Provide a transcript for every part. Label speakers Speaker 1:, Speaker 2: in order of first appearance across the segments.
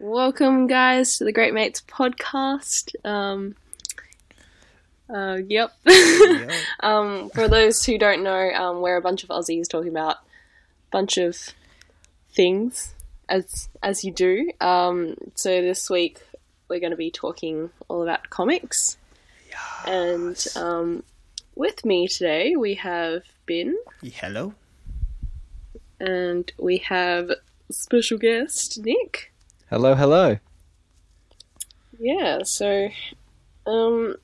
Speaker 1: welcome, guys, to the Great Mates podcast. Um, uh, yep.
Speaker 2: Yep.
Speaker 1: um, for those who don't know, um, we're a bunch of Aussies talking about a bunch of things, as as you do. Um, so this week we're going to be talking all about comics, and um, with me today we have Bin
Speaker 2: Hello.
Speaker 1: and we have special guest Nick.
Speaker 3: Hello, hello.
Speaker 1: Yeah, so um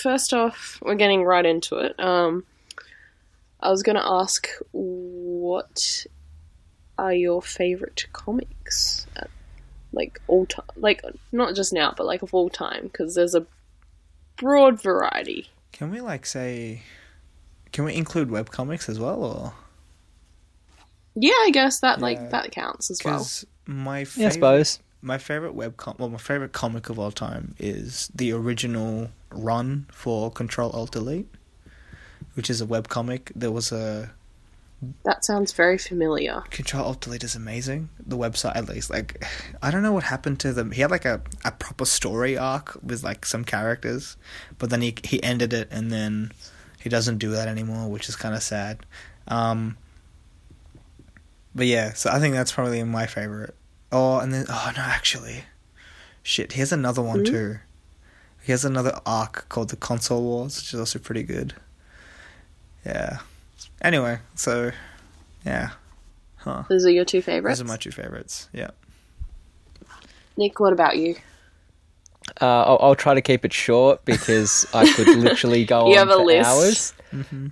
Speaker 1: first off, we're getting right into it. Um I was going to ask what are your favorite comics at, like all time like not just now, but like of all time because there's a broad variety.
Speaker 2: Can we like say? Can we include webcomics as well, or
Speaker 1: Yeah, I guess that
Speaker 2: Yeah.
Speaker 1: like that counts as well.
Speaker 2: because my
Speaker 3: Yeah, I
Speaker 2: favorite
Speaker 3: suppose.
Speaker 2: my favorite webcom well my favorite comic of all time is the original run for Control Alt Delete, which is a webcomic. There was a
Speaker 1: That sounds very familiar.
Speaker 2: Control Alt Delete is amazing. The website at least, like, I don't know what happened to them. He had like a, a proper story arc with like some characters, but then he he ended it, and then he doesn't do that anymore, which is kind of sad. Um, but yeah, so I think that's probably my favorite. Oh, and then oh no, actually, shit, he has another one
Speaker 1: Mhm.
Speaker 2: too. He has another arc called the Console Wars, which is also pretty good. Yeah. Anyway, so yeah. Huh.
Speaker 1: Those are your two favorites.
Speaker 2: Those are my two favorites.
Speaker 3: Mm.
Speaker 2: Yeah.
Speaker 1: Nick, what about you?
Speaker 3: Uh, I'll, I'll try to keep it short because I could literally go
Speaker 1: You have
Speaker 3: on
Speaker 1: a
Speaker 3: for
Speaker 1: list.
Speaker 3: hours.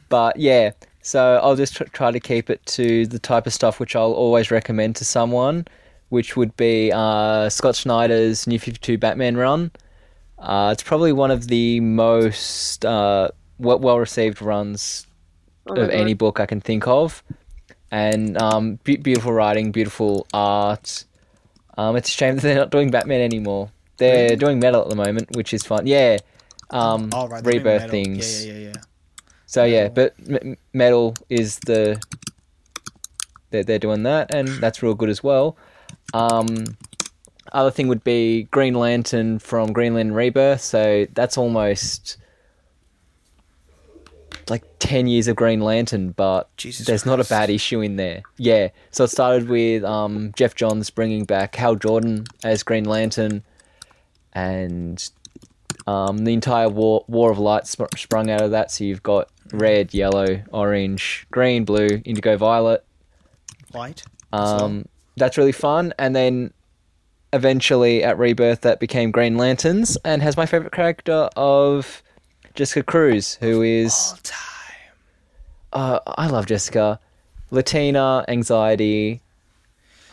Speaker 3: But yeah, so I'll just tr- try to keep it to the type of stuff which I'll always recommend to someone, which would be uh, Scott Snyder's New Fifty Two Batman run. Uh, it's probably one of the most uh, well received runs
Speaker 1: Oh my
Speaker 3: of any
Speaker 1: God.
Speaker 3: book I can think of, and um, be- beautiful writing, beautiful art. Um, it's a shame that they're not doing Batman anymore. They're doing metal at the moment, which is fun. Yeah, um,
Speaker 2: All Oh, right. they're doing
Speaker 3: rebirth
Speaker 2: metal.
Speaker 3: things.
Speaker 2: Yeah, yeah, yeah, yeah.
Speaker 3: So yeah, but m- metal is the they're they're doing that, and that's real good as well. Um, other thing would be Green Lantern from Green Lantern Rebirth. So that's almost like ten years of Green Lantern, but
Speaker 2: Jesus
Speaker 3: there's not a
Speaker 2: Christ.
Speaker 3: bad issue in there. Yeah. So it started with um, Jeff Johns bringing back Hal Jordan as Green Lantern, and um, the entire war War of Light sp- sprung out of that. So you've got red, yellow, orange, green, blue, indigo, violet.
Speaker 2: White.
Speaker 3: Um, that's really fun. And then eventually at Rebirth, that became Green Lanterns and has my favorite character of Jessica Cruz, who is
Speaker 2: all time.
Speaker 3: uh, I love Jessica, Latina, anxiety.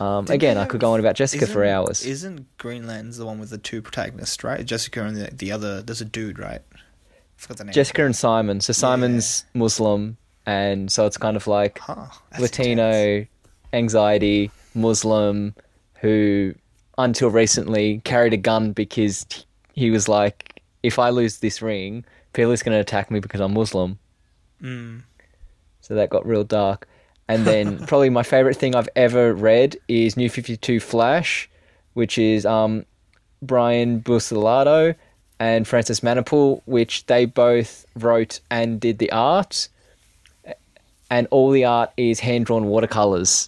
Speaker 3: Um, again, I could go on about Jessica for
Speaker 2: Isn't-
Speaker 3: hours.
Speaker 2: Isn't Green Lantern's the one with the two protagonists, right? Jessica and the, the other. There's a dude, right? I forgot the name.
Speaker 3: Jessica and Simon. So Simon's Muslim, and so it's kind of like
Speaker 2: Huh, that's intense.
Speaker 3: Latino, anxiety, Muslim, who until recently carried a gun because t- he was like, if I lose this ring, people is going to attack me because I'm Muslim.
Speaker 2: Mm.
Speaker 3: So that got real dark. And then probably my favorite thing I've ever read is New 52 Flash, which is um, Brian Bucelato and Francis Manapul, which they both wrote and did the art. And all the art is hand drawn watercolors.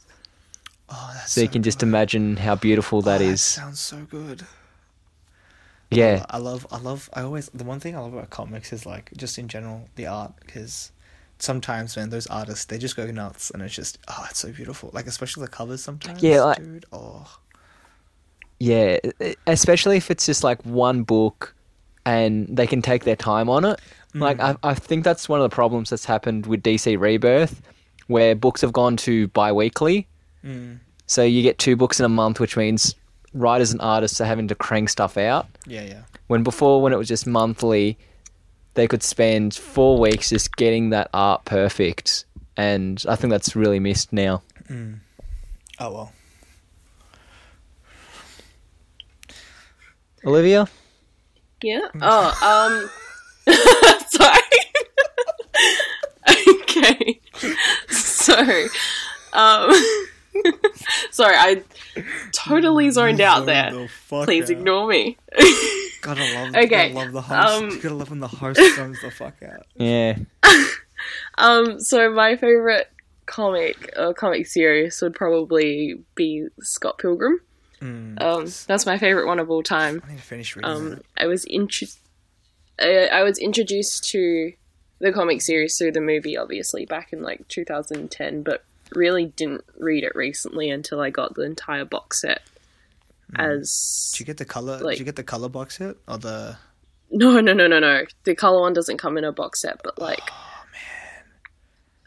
Speaker 2: Oh, that's
Speaker 3: So you can just imagine how beautiful that
Speaker 2: oh, That
Speaker 3: is.
Speaker 2: sounds so good.
Speaker 3: Yeah.
Speaker 2: I love, I love, I always, the one thing I love about comics is like, just in general, the art, because sometimes, man, those artists, they just go nuts, and it's just, oh, it's so beautiful. Like, especially the covers sometimes.
Speaker 3: Yeah, like-
Speaker 2: dude. Oh,
Speaker 3: Yeah. Especially if it's just like one book and they can take their time on it. Like, I, I think that's one of the problems that's happened with DC Rebirth, where books have gone to bi weekly.
Speaker 2: Mm.
Speaker 3: So you get two books in a month, which means writers and artists are having to crank stuff out.
Speaker 2: yeah, yeah.
Speaker 3: When before, when it was just monthly, they could spend four weeks just getting that art perfect. And I think that's really missed now.
Speaker 2: Oh well.
Speaker 3: Olivia?
Speaker 1: Yeah.
Speaker 2: Mm.
Speaker 1: Oh, um sorry. okay. So, um Sorry, I totally zoned out
Speaker 2: Mm, Zoned
Speaker 1: there.
Speaker 2: the fuck
Speaker 1: Please
Speaker 2: out.
Speaker 1: ignore me.
Speaker 2: Gotta love,
Speaker 1: Okay,
Speaker 2: gotta love the host.
Speaker 1: um,
Speaker 2: gotta love when the host comes the fuck out.
Speaker 3: Yeah.
Speaker 1: Um, so my favorite comic or comic series would probably be Scott Pilgrim.
Speaker 2: Mm.
Speaker 1: Um, that's my favorite one of all time.
Speaker 2: I need to finish reading
Speaker 1: um,
Speaker 2: that.
Speaker 1: I was intro- I, I was introduced to the comic series through the movie, obviously back in like 2010, but really didn't read it recently until I got the entire box set. As
Speaker 2: Hmm. Did you get the color?
Speaker 1: like-
Speaker 2: did you get the color box hit or the?
Speaker 1: no, no, no, no, no, the color one doesn't come in a box set, but like,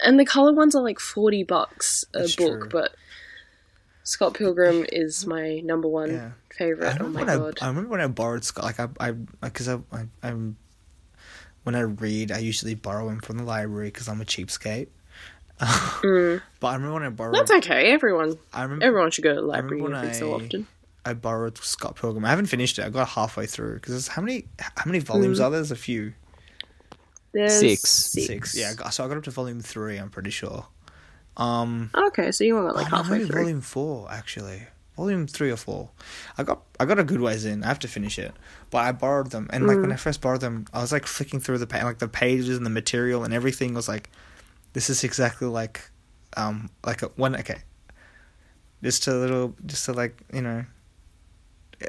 Speaker 1: and the color ones are like 40 bucks a
Speaker 2: That's
Speaker 1: book,
Speaker 2: true.
Speaker 1: but. Scott Pilgrim is my number one
Speaker 2: Yeah. I
Speaker 1: favorite. Oh
Speaker 2: remember
Speaker 1: my
Speaker 2: when I,
Speaker 1: god!
Speaker 2: I remember when I borrowed Scott. Like I, I, because I, I, I'm when I read, I usually borrow him from the library because I'm a cheapskate.
Speaker 1: Mm.
Speaker 2: But I remember when I borrowed.
Speaker 1: That's okay. Everyone,
Speaker 2: I remember
Speaker 1: everyone should go to the
Speaker 2: I remember
Speaker 1: library
Speaker 2: when
Speaker 1: every so
Speaker 2: I-
Speaker 1: often.
Speaker 2: I borrowed Scott Pilgrim. I haven't finished it. I got halfway through because how many how many volumes
Speaker 1: Mm.
Speaker 2: are there? There's a few.
Speaker 1: There's
Speaker 3: Six.
Speaker 1: six.
Speaker 2: Yeah. I got- So I got up to volume three. I'm pretty sure. Um.
Speaker 1: Okay, so you only got like
Speaker 2: I don't know,
Speaker 1: halfway
Speaker 2: maybe
Speaker 1: through.
Speaker 2: volume four actually. Volume three or four. I got I got a good ways in. I have to finish it, but I borrowed them, and like when I first borrowed them, I was like flicking through the pa- like the pages and the material and everything was like, this is exactly like, um, like a, one okay. Just a little, just to like you know.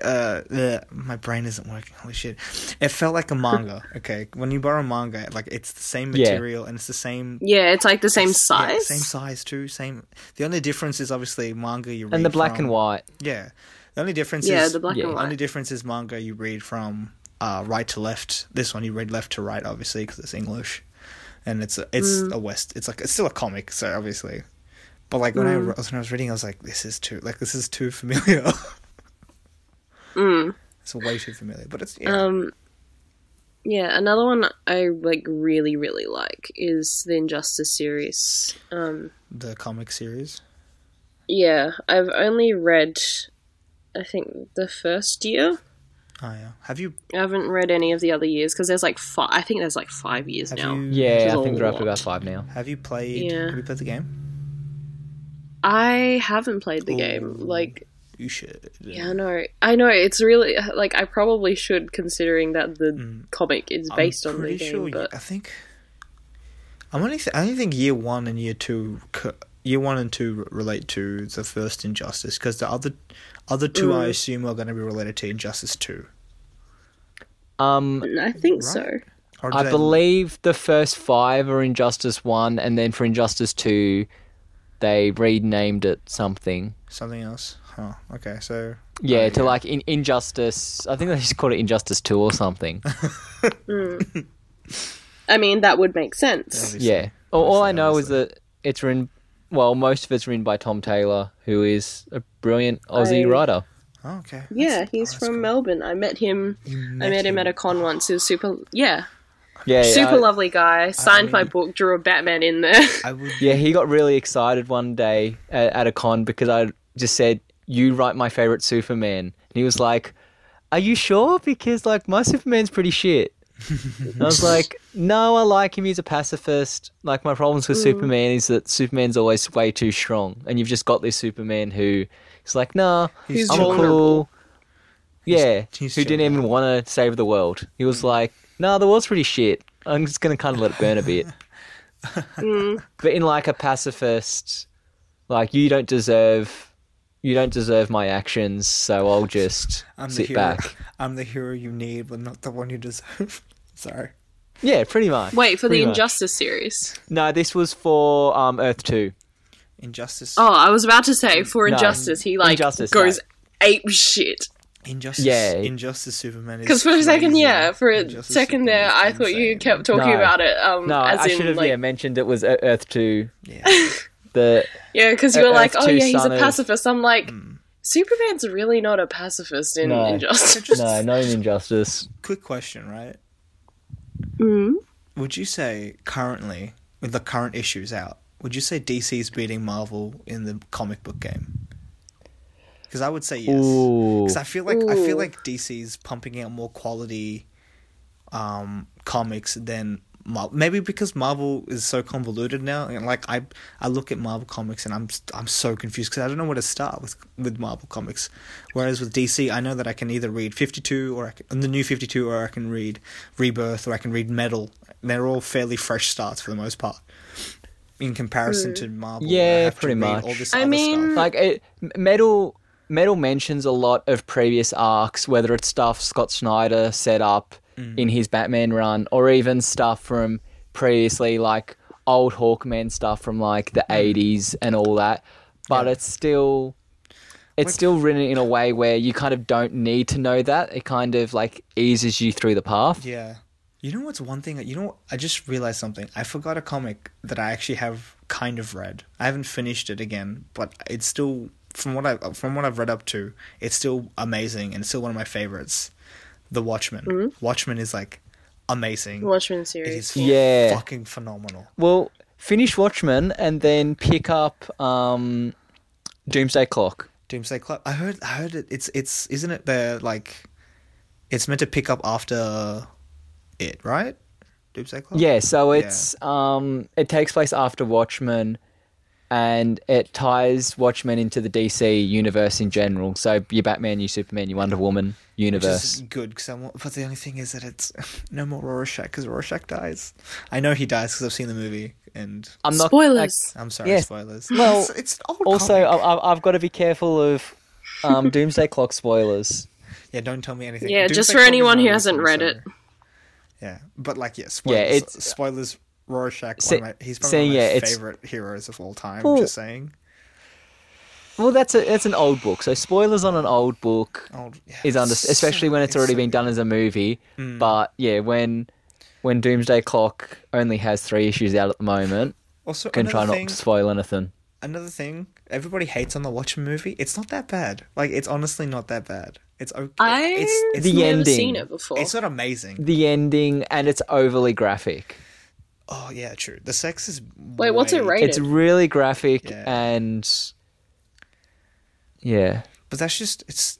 Speaker 2: Uh, bleh, my brain isn't working. Holy shit! It felt like a manga. Okay, when you borrow manga, like it's the same
Speaker 3: Yeah.
Speaker 2: material and it's the same
Speaker 1: Yeah, it's like the same
Speaker 2: s- yeah,
Speaker 1: size.
Speaker 2: same size too. Same. The only difference is obviously manga you read
Speaker 3: And the black
Speaker 2: from-
Speaker 3: and white.
Speaker 2: Yeah, the only difference
Speaker 1: yeah,
Speaker 2: is
Speaker 1: the black
Speaker 3: yeah,
Speaker 1: and
Speaker 2: the
Speaker 1: white.
Speaker 2: only difference is manga you read from uh, right to left. This one you read left to right, obviously, because it's English, and it's a, it's
Speaker 1: Mm.
Speaker 2: a West. It's like it's still a comic, so obviously. But like when I
Speaker 1: Mm.
Speaker 2: re- when I was reading, I was like, this is too like this is too familiar. It's way too familiar, but it's yeah.
Speaker 1: Mm. Um, yeah, another one I like really, really like is the Injustice series. Um,
Speaker 2: the comic series.
Speaker 1: yeah, I've only read, I think, the first year.
Speaker 2: Oh yeah, have you
Speaker 1: I haven't read any of the other years because there's like five. I think there's like five years
Speaker 2: have
Speaker 1: now.
Speaker 2: you
Speaker 1: Which is
Speaker 3: Yeah,
Speaker 1: a
Speaker 3: I think they're up
Speaker 1: lot.
Speaker 3: to about five now.
Speaker 2: have you played
Speaker 1: Yeah.
Speaker 2: have you played the game?
Speaker 1: I haven't played the game.
Speaker 2: Ooh.
Speaker 1: Like,
Speaker 2: You should.
Speaker 1: Yeah, I know. I know. It's really like I probably should, considering that the comic is
Speaker 2: Mm. I'm
Speaker 1: based on the
Speaker 2: pretty
Speaker 1: game.
Speaker 2: sure you-
Speaker 1: but
Speaker 2: I think I'm only. Th- I only think year one and year two, co- year one and two r- relate to the first Injustice because the other other two
Speaker 1: Mm.
Speaker 2: I assume are going to be related to Injustice two.
Speaker 3: Um,
Speaker 1: I think so.
Speaker 2: Or do
Speaker 3: I
Speaker 2: they-
Speaker 3: believe the first five are Injustice One, and then for Injustice Two, they renamed it something.
Speaker 2: something else. Huh. Okay. So
Speaker 3: Oh, Yeah, to like in Injustice. I think they just called it Injustice Two or something.
Speaker 1: I mean, that would make sense.
Speaker 2: obviously-
Speaker 3: yeah. All, all I
Speaker 2: obviously,
Speaker 3: know
Speaker 2: obviously.
Speaker 3: is that it's written. Well, most of it's written by Tom Taylor, who is a brilliant Aussie
Speaker 1: I-
Speaker 3: writer.
Speaker 2: Oh, okay. That's-
Speaker 1: Yeah,
Speaker 2: oh,
Speaker 1: he's
Speaker 2: that's
Speaker 1: from
Speaker 2: cool.
Speaker 1: Melbourne. I met him. I met him at a con once. He was super. Yeah,
Speaker 3: Yeah,
Speaker 1: super
Speaker 3: I-
Speaker 1: lovely guy. Signed my
Speaker 2: mean-
Speaker 1: book. Drew a Batman in there.
Speaker 2: I would.
Speaker 3: Yeah, he got really excited one day at, at a con because I just said, "You write my favorite Superman," and he was like, "Are you sure? Because like my Superman's pretty shit." And I was like, "No, I like him. He's a pacifist. Like my problems with Superman is that Superman's always way too strong, and you've just got this Superman who is like, nah,
Speaker 2: He's
Speaker 3: I'm
Speaker 1: vulnerable.
Speaker 3: cool." Yeah,
Speaker 2: he's
Speaker 3: who didn't
Speaker 2: chilled
Speaker 3: even want to save the world. He was like, "Nah, the world's pretty shit. I'm just gonna kind of let it burn a bit."
Speaker 1: Hmm.
Speaker 3: but in like a pacifist like you don't deserve you don't deserve my actions so i'll just
Speaker 2: I'm the
Speaker 3: sit
Speaker 2: hero.
Speaker 3: back
Speaker 2: I'm the hero you need, but not the one you deserve. Sorry.
Speaker 3: yeah pretty much
Speaker 1: Wait for the
Speaker 3: pretty much.
Speaker 1: Injustice series.
Speaker 3: no this was for um earth 2
Speaker 2: Injustice.
Speaker 1: Oh, I was about to say for Injustice, he like
Speaker 3: Injustice,
Speaker 1: goes
Speaker 3: no.
Speaker 1: ape shit.
Speaker 2: Injustice.
Speaker 3: Yeah.
Speaker 2: Injustice Superman.
Speaker 1: Because for a second, yeah, for a
Speaker 2: Injustice
Speaker 1: second
Speaker 2: Superman
Speaker 1: there,
Speaker 2: is
Speaker 1: I thought you
Speaker 2: insane.
Speaker 1: kept talking
Speaker 3: No.
Speaker 1: about it. Um,
Speaker 3: no
Speaker 1: as
Speaker 3: i
Speaker 1: in,
Speaker 3: should have
Speaker 1: like,
Speaker 3: yeah mentioned it was E- earth 2
Speaker 2: Yeah.
Speaker 3: the
Speaker 1: Yeah, because you
Speaker 3: E-
Speaker 1: were like,
Speaker 3: Earth
Speaker 1: oh
Speaker 3: two
Speaker 1: yeah, he's a
Speaker 3: son of-
Speaker 1: pacifist. I'm like, Superman's really not a pacifist in
Speaker 3: No.
Speaker 1: Injustice.
Speaker 3: no not an injustice
Speaker 2: Quick question, right?
Speaker 1: mm.
Speaker 2: Would you say currently, with the current issues out, would you say DC's beating Marvel in the comic book game? Because I would say yes.
Speaker 3: ooh
Speaker 2: Because I feel like I feel
Speaker 1: Ooh.
Speaker 2: like DC's pumping out more quality um, comics than Mar- maybe because Marvel is so convoluted now, and like I, I look at Marvel comics and I'm I'm so confused because I don't know where to start with with Marvel comics. Whereas with DC, I know that I can either read Fifty Two or I can, the New Fifty Two, or I can read Rebirth, or I can read Metal. They're all fairly fresh starts for the most part, in comparison to Marvel. where
Speaker 3: Hmm. Yeah,
Speaker 2: I have to
Speaker 3: pretty
Speaker 2: read
Speaker 3: much.
Speaker 2: all this
Speaker 1: I
Speaker 2: other
Speaker 1: mean-
Speaker 2: stuff.
Speaker 3: Like it, metal, metal mentions a lot of previous arcs, whether it's stuff Scott Snyder set up in his Batman run, or even stuff from previously, like old Hawkman stuff from like the eighties and all that. But it's still, it's still written in a way where you kind of don't need to know that. It kind of like eases you through the path.
Speaker 2: Yeah. You know what's one thing? You know, I just realized something. I forgot a comic that I actually have kind of read. I haven't finished it again, but it's still from what I from what I've read up to, it's still amazing and it's still one of my favorites. The Watchmen. Watchmen is like amazing.
Speaker 1: Watchmen
Speaker 2: It
Speaker 1: series.
Speaker 2: is
Speaker 3: Yeah.
Speaker 2: fucking phenomenal.
Speaker 3: Well, finish Watchmen and then pick up um, Doomsday Clock.
Speaker 2: Doomsday Clock. I heard I heard it it's it's isn't it the like it's meant to pick up after it, right? Doomsday Clock?
Speaker 3: Yeah, so it's um it takes place after Watchmen and it ties Watchmen into the DC universe in general. So your Batman, your Superman, your Wonder Woman universe.
Speaker 2: Which is good because I want, but the only thing is that it's no more Rorschach because Rorschach dies. I know he dies because I've seen the movie, and
Speaker 3: I'm not
Speaker 1: Spoilers.
Speaker 2: I'm sorry,
Speaker 3: Yes.
Speaker 2: spoilers.
Speaker 3: Well,
Speaker 2: it's, it's an old
Speaker 3: also uh,
Speaker 2: comic.
Speaker 3: I, I- I've got to be careful of um, Doomsday Clock spoilers.
Speaker 2: yeah, don't tell me anything.
Speaker 1: Yeah, just
Speaker 2: Doomsday
Speaker 1: for
Speaker 2: Clock is
Speaker 1: anyone
Speaker 2: my
Speaker 1: who
Speaker 2: movie,
Speaker 1: hasn't
Speaker 2: I'm
Speaker 1: read
Speaker 2: sorry.
Speaker 1: it.
Speaker 2: Yeah, but like, yeah, spoilers. Yeah,
Speaker 3: it's-
Speaker 2: it's spoilers. Rorschach,
Speaker 3: See-
Speaker 2: one of my, he's probably
Speaker 3: saying,
Speaker 2: one
Speaker 3: yeah,
Speaker 2: of my
Speaker 3: it's-
Speaker 2: favorite heroes of all time.
Speaker 3: Well-
Speaker 2: just saying,
Speaker 3: Well, that's a that's an old book. So spoilers on an old book
Speaker 2: old, yeah,
Speaker 3: is under,
Speaker 2: Oh, it's Mm. so-
Speaker 3: especially when it's, already
Speaker 2: so
Speaker 3: been done as a movie. But yeah, when when Doomsday Clock only has three issues out at the moment,
Speaker 2: Also,
Speaker 3: can try
Speaker 2: another
Speaker 3: not
Speaker 2: thing-
Speaker 3: to spoil anything.
Speaker 2: another thing everybody hates on the Watchmen movie. It's not that bad. Like, it's honestly not that bad. It's okay.
Speaker 1: I
Speaker 2: it's, it's
Speaker 3: The
Speaker 1: I've never
Speaker 3: ending.
Speaker 1: seen it before.
Speaker 2: It's not amazing.
Speaker 3: the ending and it's overly graphic.
Speaker 2: Oh yeah, true. The sex is
Speaker 1: Wait, what's it
Speaker 2: way-
Speaker 1: rated?
Speaker 3: It's really graphic
Speaker 2: Yeah.
Speaker 3: and yeah.
Speaker 2: But that's just it's.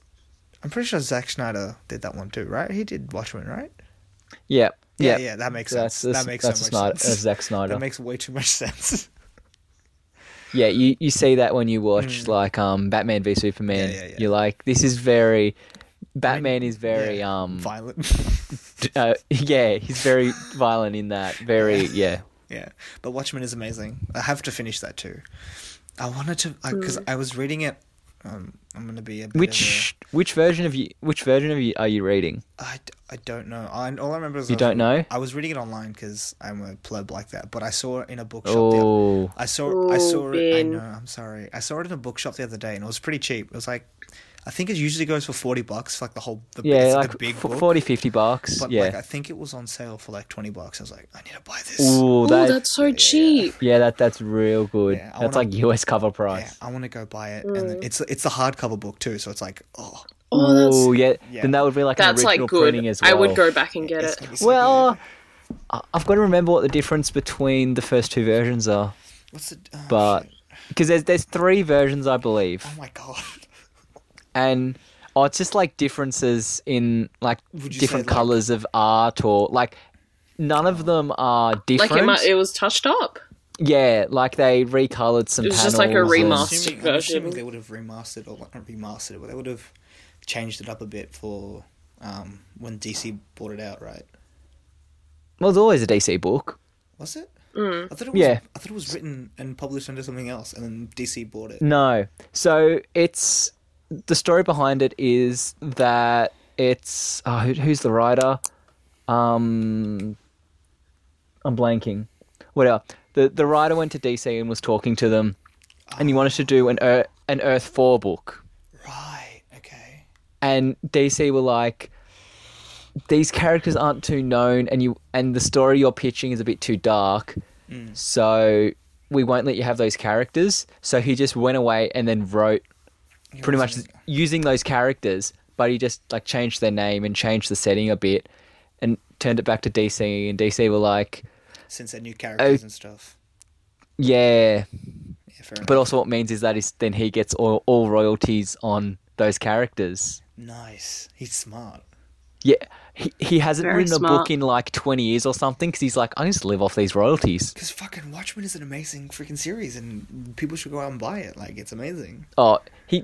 Speaker 2: I'm pretty sure Zack Snyder did that one too, right? He did Watchmen, right?
Speaker 3: Yeah. Yeah.
Speaker 2: yeah, that makes
Speaker 3: That's
Speaker 2: sense.
Speaker 3: that's,
Speaker 2: that makes
Speaker 3: that's
Speaker 2: so
Speaker 3: a
Speaker 2: much
Speaker 3: Snyder,
Speaker 2: sense.
Speaker 3: that's Zack Snyder.
Speaker 2: That makes way too much sense.
Speaker 3: yeah, you, you see that when you watch like um Batman v Superman.
Speaker 2: Mm. Yeah, yeah, yeah.
Speaker 3: You're like, this is very Batman is very
Speaker 2: Yeah,
Speaker 3: um
Speaker 2: violent.
Speaker 3: d- uh, yeah, he's very violent in that. Very yeah.
Speaker 2: yeah, but Watchmen is amazing. I have to finish that too. I wanted to because I was reading it. Um, I'm gonna be a bit
Speaker 3: Mm. Which which version of you which version of you are you reading?
Speaker 2: Of a, I, d- I don't know. I, all I remember is I
Speaker 3: You
Speaker 2: was-
Speaker 3: don't know?
Speaker 2: I was reading it online because I'm a pleb like that. But I saw it in a bookshop. the other
Speaker 3: Oh,
Speaker 2: I saw I
Speaker 1: Ooh,
Speaker 2: saw it. I
Speaker 1: Ben.
Speaker 2: know. I'm sorry. I saw it in a bookshop the other day, and it was pretty cheap. It was like, I think it usually goes for forty bucks, for like the whole the,
Speaker 3: yeah,
Speaker 2: it's
Speaker 3: like
Speaker 2: the big
Speaker 3: f-
Speaker 2: book.
Speaker 3: 40, 50 bucks.
Speaker 2: But
Speaker 3: yeah.
Speaker 2: like, I think it was on sale for like twenty bucks. I was like, I need to buy this.
Speaker 3: Ooh,
Speaker 1: oh,
Speaker 3: that-
Speaker 1: that's so cheap.
Speaker 3: Yeah, that that's real good.
Speaker 2: Yeah, I
Speaker 3: that's
Speaker 2: wanna-
Speaker 3: like US cover
Speaker 2: Yeah,
Speaker 3: price.
Speaker 2: I want to go buy it, and
Speaker 3: Mm.
Speaker 2: then it's it's the hardcover book too. So it's like, oh,
Speaker 1: Oh, that's
Speaker 3: Ooh, yeah.
Speaker 2: yeah.
Speaker 3: Then that would be like
Speaker 1: that's
Speaker 3: an
Speaker 1: like
Speaker 3: original
Speaker 1: good.
Speaker 3: printing as well.
Speaker 1: I would go back and get
Speaker 2: it's
Speaker 1: it.
Speaker 2: gonna be so
Speaker 3: Well,
Speaker 2: good.
Speaker 3: I- I've got to remember what the difference between the first two versions are,
Speaker 2: what's it? Oh,
Speaker 3: but
Speaker 2: shit.
Speaker 3: because there's there's three versions, I believe,
Speaker 2: oh my god,
Speaker 3: and oh, it's just like differences in like
Speaker 2: Would you
Speaker 3: different
Speaker 2: say, like-
Speaker 3: colors of art or like none of them are different.
Speaker 1: Like it, might, it was touched up.
Speaker 3: yeah, like they recolored some.
Speaker 1: It was
Speaker 3: panels
Speaker 1: just like a
Speaker 3: and-
Speaker 1: remaster.
Speaker 2: I'm assuming, I'm
Speaker 1: version.
Speaker 2: assuming they would have remastered or not remastered, it, but they would have changed it up a bit for um, when DC bought it out, right?
Speaker 3: Well, it's always a DC book.
Speaker 2: Was it? I thought it was.
Speaker 3: Yeah.
Speaker 2: I thought it was written and published under something else, and then DC bought it.
Speaker 3: No. So it's the story behind it is that it's oh, who, who's the writer? Um, I'm blanking. Whatever. The the writer went to DC and was talking to them, and he wanted to do an Earth, an Earth Four book,
Speaker 2: Right. Okay.
Speaker 3: and DC were like. These characters aren't too known, and you and the story you're pitching is a bit too dark, so we won't let you have those characters. So he just went away and then wrote
Speaker 2: Yeah,
Speaker 3: pretty much
Speaker 2: wasn't
Speaker 3: using those characters, but he just like changed their name and changed the setting a bit, and turned it back to DC. And DC were like,
Speaker 2: it- since they're new characters
Speaker 3: Oh.
Speaker 2: and stuff.
Speaker 3: yeah,
Speaker 2: Yeah, fair
Speaker 3: but
Speaker 2: enough.
Speaker 3: also what it means is that is then he gets all, all royalties on those characters.
Speaker 2: nice. He's smart.
Speaker 3: Yeah, he, he hasn't
Speaker 1: Very
Speaker 3: written a
Speaker 1: smart.
Speaker 3: book in like 20 years or something because he's like, I just live off these royalties.
Speaker 2: Because fucking Watchmen is an amazing freaking series, and people should go out and buy it. Like it's amazing.
Speaker 3: Oh, he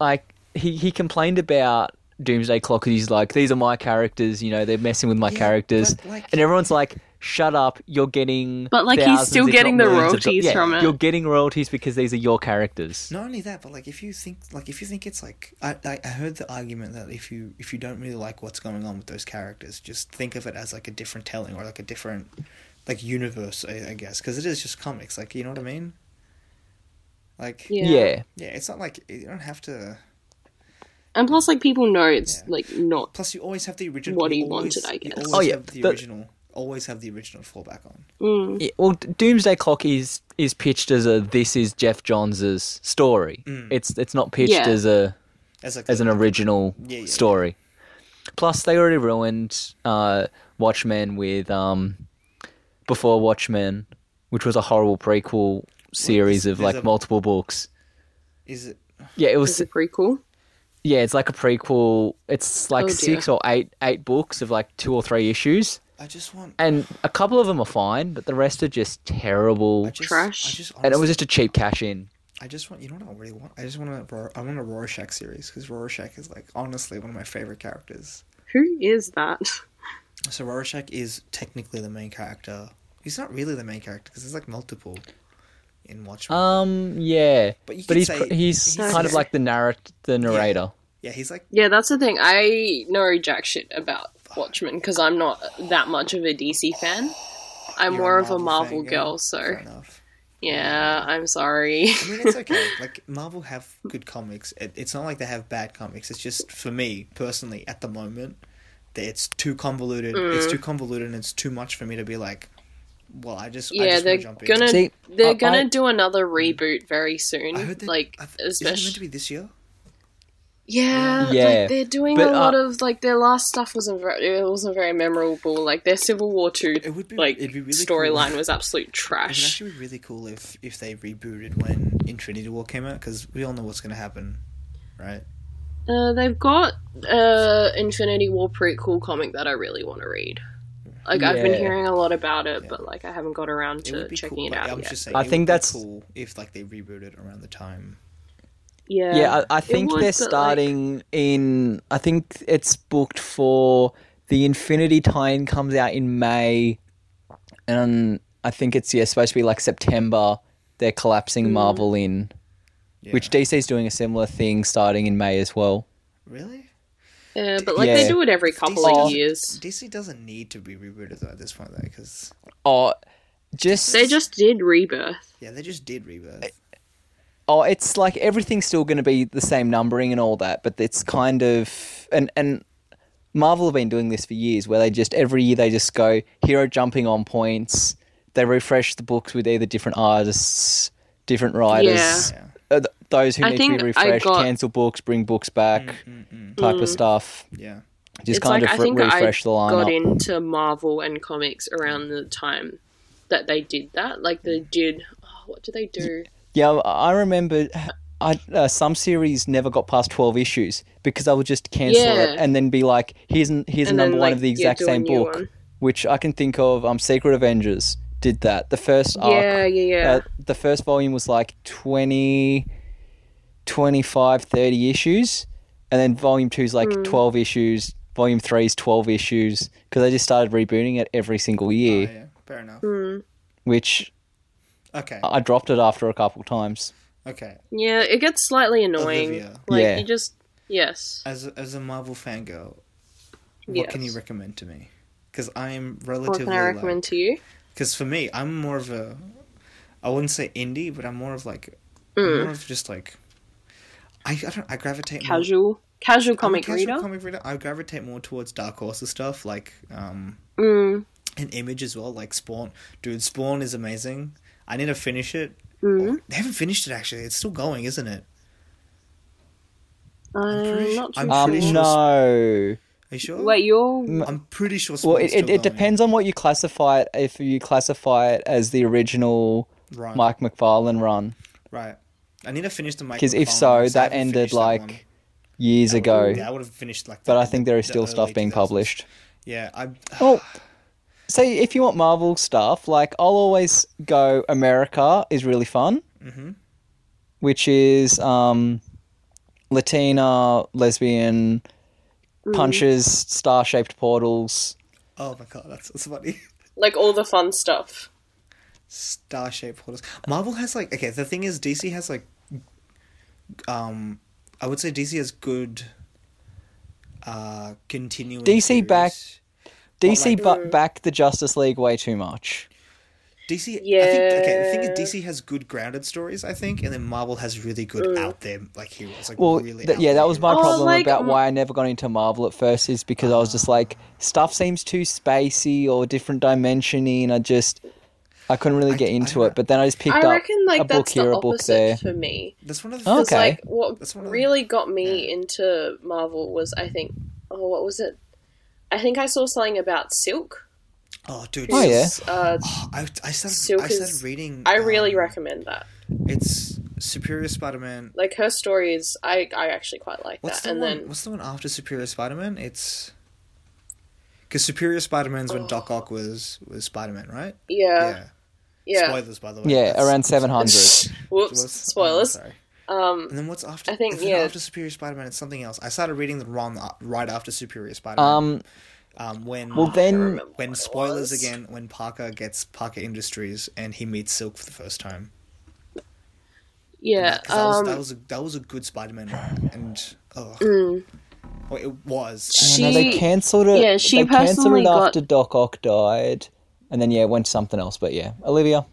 Speaker 3: like he he complained about Doomsday Clock because he's like, these are my characters. You know, they're messing with my
Speaker 2: Yeah,
Speaker 3: characters,
Speaker 2: but, like-
Speaker 3: and everyone's like. Shut up! You're getting,
Speaker 1: But, like, he's
Speaker 3: thousands,
Speaker 1: still
Speaker 3: if
Speaker 1: getting
Speaker 3: not
Speaker 1: the
Speaker 3: millions of do-
Speaker 1: royalties
Speaker 3: yeah,
Speaker 1: from it.
Speaker 3: You're getting royalties because these are your characters.
Speaker 2: Not only that, but like if you think like if you think it's like I I- I heard the argument that if you if you don't really like what's going on with those characters, just think of it as like a different telling or like a different like universe, I, I guess, because it is just comics. Like you know what I mean? Like yeah,
Speaker 1: Yeah.
Speaker 3: yeah,
Speaker 2: it's not like you don't have to.
Speaker 1: And plus, like people know it's
Speaker 2: Yeah.
Speaker 1: like not.
Speaker 2: Plus, you always have the original.
Speaker 1: What he
Speaker 2: you always-
Speaker 1: wanted, I
Speaker 2: you
Speaker 1: guess.
Speaker 2: always
Speaker 3: Oh, yeah,
Speaker 2: have the,
Speaker 3: the-
Speaker 2: original. Always have the original to fall back on.
Speaker 1: Mm.
Speaker 3: Yeah, well, D- Doomsday Clock is is pitched as a this is Jeff Johns's story.
Speaker 2: Mm.
Speaker 3: It's it's not pitched
Speaker 1: Yeah.
Speaker 3: as a
Speaker 2: As like
Speaker 3: as an original
Speaker 2: Yeah, yeah,
Speaker 3: story. Plus, they already ruined uh, Watchmen with um, before Watchmen, which was a horrible prequel series of
Speaker 2: there's
Speaker 3: like
Speaker 2: a-
Speaker 3: multiple books.
Speaker 2: is it
Speaker 3: Yeah,
Speaker 1: It's
Speaker 3: it was.
Speaker 1: a prequel.
Speaker 3: Yeah, it's like a prequel. It's like
Speaker 1: Oh, dear.
Speaker 3: six or eight eight books of like two or three issues,
Speaker 2: I just want
Speaker 3: and a couple of them are fine, but the rest are just terrible.
Speaker 2: I just,
Speaker 1: Trash.
Speaker 2: I just
Speaker 3: and it
Speaker 2: honestly-
Speaker 3: was just a cheap cash in.
Speaker 2: I just want you know what I really want. I just want a I want a Rorschach series because Rorschach is like honestly one of my favorite characters.
Speaker 1: Who is that?
Speaker 2: So Rorschach is technically the main character. He's not really the main character because there's like multiple in Watchmen.
Speaker 3: Um, yeah,
Speaker 2: But you
Speaker 3: but
Speaker 2: could
Speaker 3: he's
Speaker 2: say
Speaker 3: pr- he's,
Speaker 2: he's-
Speaker 3: kind of like the narrat the narrator.
Speaker 2: yeah, he's like
Speaker 1: Yeah, that's the thing. I know jack shit about Watchmen because I'm not that much of a DC fan. I'm
Speaker 2: you're
Speaker 1: more of a Marvel
Speaker 2: fan, yeah.
Speaker 1: girl, so
Speaker 2: Fair enough.
Speaker 1: yeah, I'm sorry.
Speaker 2: I mean, it's okay. like Marvel have good comics. It, it's not like they have bad comics. It's just for me personally at the moment that it's too convoluted.
Speaker 1: Mm.
Speaker 2: It's too convoluted and it's too much for me to be like. Well, I just I
Speaker 1: Yeah,
Speaker 2: just wanna
Speaker 1: they're
Speaker 2: jump in. Hmm.
Speaker 1: gonna
Speaker 3: See,
Speaker 1: they're
Speaker 3: I-
Speaker 1: gonna
Speaker 3: I-
Speaker 1: do another reboot very soon.
Speaker 2: I heard that,
Speaker 1: like
Speaker 2: I've- isn't it meant to
Speaker 1: especially
Speaker 2: be this year?
Speaker 1: yeah,
Speaker 3: Yeah.
Speaker 1: like they're doing
Speaker 3: But,
Speaker 1: a
Speaker 3: uh,
Speaker 1: lot of like their last stuff wasn't very it wasn't very memorable. Like their Civil War two
Speaker 2: It would be-
Speaker 1: like
Speaker 2: it'd be really cool.
Speaker 1: storyline was absolute
Speaker 2: It would
Speaker 1: trash.
Speaker 2: actually be really cool if if they rebooted when Infinity War came out because we all know what's going to happen, right?
Speaker 1: Uh, they've got uh Infinity War prequel comic that I really want to read. Like I've been
Speaker 3: Yeah.
Speaker 1: hearing a lot about it, but like I haven't got around to checking it
Speaker 2: but
Speaker 1: out
Speaker 2: I'm
Speaker 1: yet.
Speaker 2: just saying,
Speaker 3: I
Speaker 2: it would
Speaker 3: think
Speaker 2: be
Speaker 3: that's-
Speaker 2: cool if like they rebooted around the time.
Speaker 1: yeah,
Speaker 3: Yeah, I, I
Speaker 1: It
Speaker 3: think
Speaker 1: would,
Speaker 3: they're
Speaker 1: but, like-
Speaker 3: starting in. I think it's booked for the Infinity Tie-in comes out in May, and I think it's yeah supposed to be like September. They're
Speaker 1: Mm.
Speaker 3: collapsing Marvel in,
Speaker 2: Yeah.
Speaker 3: which DC's doing a similar thing starting in May as well.
Speaker 2: really
Speaker 1: yeah, uh, but like they
Speaker 3: Yeah.
Speaker 1: do it every couple
Speaker 3: Oh.
Speaker 1: of years.
Speaker 2: DC doesn't need to be rebooted though at this point though because
Speaker 3: Oh, just
Speaker 1: They just did Rebirth.
Speaker 2: yeah they just did rebirth.
Speaker 3: Oh, it's like everything's still going to be the same numbering and all that, but it's kind of and and Marvel have been doing this for years, where they just every year they just go hero jumping on points. They refresh the books with either different artists, different writers,
Speaker 2: Oh, Yeah.
Speaker 3: uh, th- those who
Speaker 1: I
Speaker 3: need to
Speaker 1: think
Speaker 3: be
Speaker 1: I
Speaker 3: refreshed,
Speaker 1: got- Mm.
Speaker 3: cancel books, bring books back, type of stuff.
Speaker 2: Yeah,
Speaker 3: Just
Speaker 1: it's
Speaker 3: kind
Speaker 1: like I
Speaker 3: of re-
Speaker 1: think I
Speaker 3: refresh the lineup.
Speaker 1: got into Marvel and comics around the time that they did that. Like they did. Oh, what do they do?
Speaker 3: Yeah, I I remember I, uh, some series never got past 12 issues because I would just cancel it
Speaker 1: Yeah.
Speaker 3: and then be like, here's, an, here's
Speaker 1: And
Speaker 3: a number
Speaker 1: then,
Speaker 3: one
Speaker 1: like,
Speaker 3: of the
Speaker 1: yeah,
Speaker 3: exact
Speaker 1: do a
Speaker 3: same
Speaker 1: new
Speaker 3: book,
Speaker 1: one.
Speaker 3: which I can think of. Um, Secret Avengers did that. The first arc,
Speaker 1: yeah, yeah, yeah.
Speaker 3: uh, the first volume was like 20, 25, 30 issues. And then volume two is like
Speaker 1: Hmm.
Speaker 3: 12 issues. Volume three is 12 issues because I just started rebooting it every single
Speaker 2: Oh,
Speaker 3: year,
Speaker 2: yeah, fair enough.
Speaker 1: Hmm.
Speaker 3: which
Speaker 2: Okay,
Speaker 3: I dropped it after a couple times.
Speaker 2: okay.
Speaker 1: yeah, it gets slightly Uh, annoying.
Speaker 2: Olivia.
Speaker 1: Like
Speaker 3: Yeah.
Speaker 1: you just yes,
Speaker 2: As a, as a Marvel fangirl, what
Speaker 1: yes.
Speaker 2: can you recommend to me? Because I'm
Speaker 1: What
Speaker 2: relatively Mm.
Speaker 1: can I recommend to you?
Speaker 2: because for me i'm more of a i wouldn't say indie but i'm more of like I'm
Speaker 1: Mm.
Speaker 2: more of just like i, I don't i gravitate more
Speaker 1: Casual, casual
Speaker 2: I'm a
Speaker 1: comic
Speaker 2: casual
Speaker 1: reader.
Speaker 2: comic reader i gravitate more towards dark horses stuff like um
Speaker 1: Mm.
Speaker 2: an image as well like spawn dude spawn is amazing i need to finish it Oh,
Speaker 1: Mm.
Speaker 2: they haven't finished it actually it's still going isn't it pretty
Speaker 1: I'm
Speaker 2: su-
Speaker 1: not
Speaker 2: I'm
Speaker 1: too
Speaker 3: Um,
Speaker 2: pretty
Speaker 1: sure.
Speaker 2: sure-
Speaker 3: no.
Speaker 2: are you sure
Speaker 1: Wait, you're
Speaker 2: i'm pretty sure
Speaker 3: Well,
Speaker 2: Spawn's
Speaker 3: it, it,
Speaker 2: still
Speaker 3: it
Speaker 2: going.
Speaker 3: depends on what you classify it. If you classify it as the original
Speaker 2: right
Speaker 3: Mike McFarlane run,
Speaker 2: right i need to finish the
Speaker 3: because if so, that ended like years ago.
Speaker 2: Yeah, I would have finished like.
Speaker 3: But
Speaker 2: the-
Speaker 3: I think there is
Speaker 2: the
Speaker 3: still stuff
Speaker 2: early
Speaker 3: being
Speaker 2: 2000s.
Speaker 3: published.
Speaker 2: Yeah, I.
Speaker 3: Well, see, if you want Marvel stuff, like I'll always go. America is really fun, which is um, Latina, lesbian, punches, star-shaped portals.
Speaker 2: Oh my god, that's that's funny.
Speaker 1: Like all the fun stuff.
Speaker 2: Star shaped portals. Marvel has like okay. The thing is, DC has like, um, I would say DC has good. Uh, continuing.
Speaker 3: DC
Speaker 2: series.
Speaker 3: back- DC
Speaker 2: like-
Speaker 3: bu- back the Justice League way too much.
Speaker 2: DC. I think, okay, the thing
Speaker 1: Yeah. Mm.
Speaker 2: is, DC has good grounded stories, I think, and then Marvel has really good out there like heroes. Like
Speaker 3: Well,
Speaker 2: really.
Speaker 3: th-
Speaker 2: out
Speaker 3: yeah,
Speaker 2: there
Speaker 3: that was my
Speaker 1: Oh,
Speaker 3: problem
Speaker 1: like,
Speaker 3: about
Speaker 1: um,
Speaker 3: why I never got into Marvel at first is because I was just like stuff seems too spacey or different dimensiony, and I just I couldn't really get
Speaker 2: I
Speaker 3: into
Speaker 2: don't-
Speaker 3: it. But then I just picked
Speaker 1: I
Speaker 3: up
Speaker 1: reckon
Speaker 3: a
Speaker 1: like
Speaker 3: book
Speaker 1: that's
Speaker 3: here,
Speaker 1: the
Speaker 3: a book there.
Speaker 1: opposite for me.
Speaker 2: That's one of the.
Speaker 1: Because
Speaker 3: Okay.
Speaker 1: like what
Speaker 2: That's one of the-
Speaker 1: really got me into Marvel was I think oh what was it? I think I saw something about Silk.
Speaker 2: Oh, dude.
Speaker 3: Oh, yeah.
Speaker 1: Uh,
Speaker 2: Oh, I, I started.
Speaker 1: Silk
Speaker 2: I
Speaker 1: is-
Speaker 2: started reading.
Speaker 1: I really
Speaker 2: um,
Speaker 1: recommend that.
Speaker 2: It's Superior Spider-Man.
Speaker 1: Like her stories, I I actually quite like
Speaker 2: What's
Speaker 1: that. Uh,
Speaker 2: the
Speaker 1: And
Speaker 2: one?
Speaker 1: then
Speaker 2: What's the one after Superior Spider-Man? It's because Superior Spider-Man's
Speaker 1: Oh.
Speaker 2: when Doc Ock was was Spider-Man, right?
Speaker 1: yeah, Uh, yeah.
Speaker 2: Spoilers, by the way.
Speaker 3: Yeah,
Speaker 2: That's-
Speaker 3: around seven hundred.
Speaker 1: Whoops, spoilers.
Speaker 2: Oh, sorry.
Speaker 1: Um,
Speaker 2: And then what's after?
Speaker 1: I think,
Speaker 2: if not
Speaker 1: yeah.
Speaker 2: after Superior Spider-Man, it's something else. I started reading the wrong uh, right after Superior Spider-Man.
Speaker 3: um,
Speaker 2: um, when
Speaker 3: well then,
Speaker 1: remember what
Speaker 2: when
Speaker 1: it
Speaker 2: spoilers
Speaker 1: was.
Speaker 2: again, when Parker gets Parker Industries and he meets Silk for the first time.
Speaker 1: yeah.
Speaker 2: 'Cause that, was,
Speaker 1: Um,
Speaker 2: that was a, that was a good Spider-Man, run, and oh,
Speaker 1: Mm.
Speaker 2: well, it was.
Speaker 3: I don't know, they
Speaker 1: She-
Speaker 3: cancelled it.
Speaker 1: yeah, she
Speaker 3: they cancelled
Speaker 1: personally
Speaker 3: it
Speaker 1: got-
Speaker 3: after Doc Ock died, and then yeah, it went to something else. But yeah, Olivia.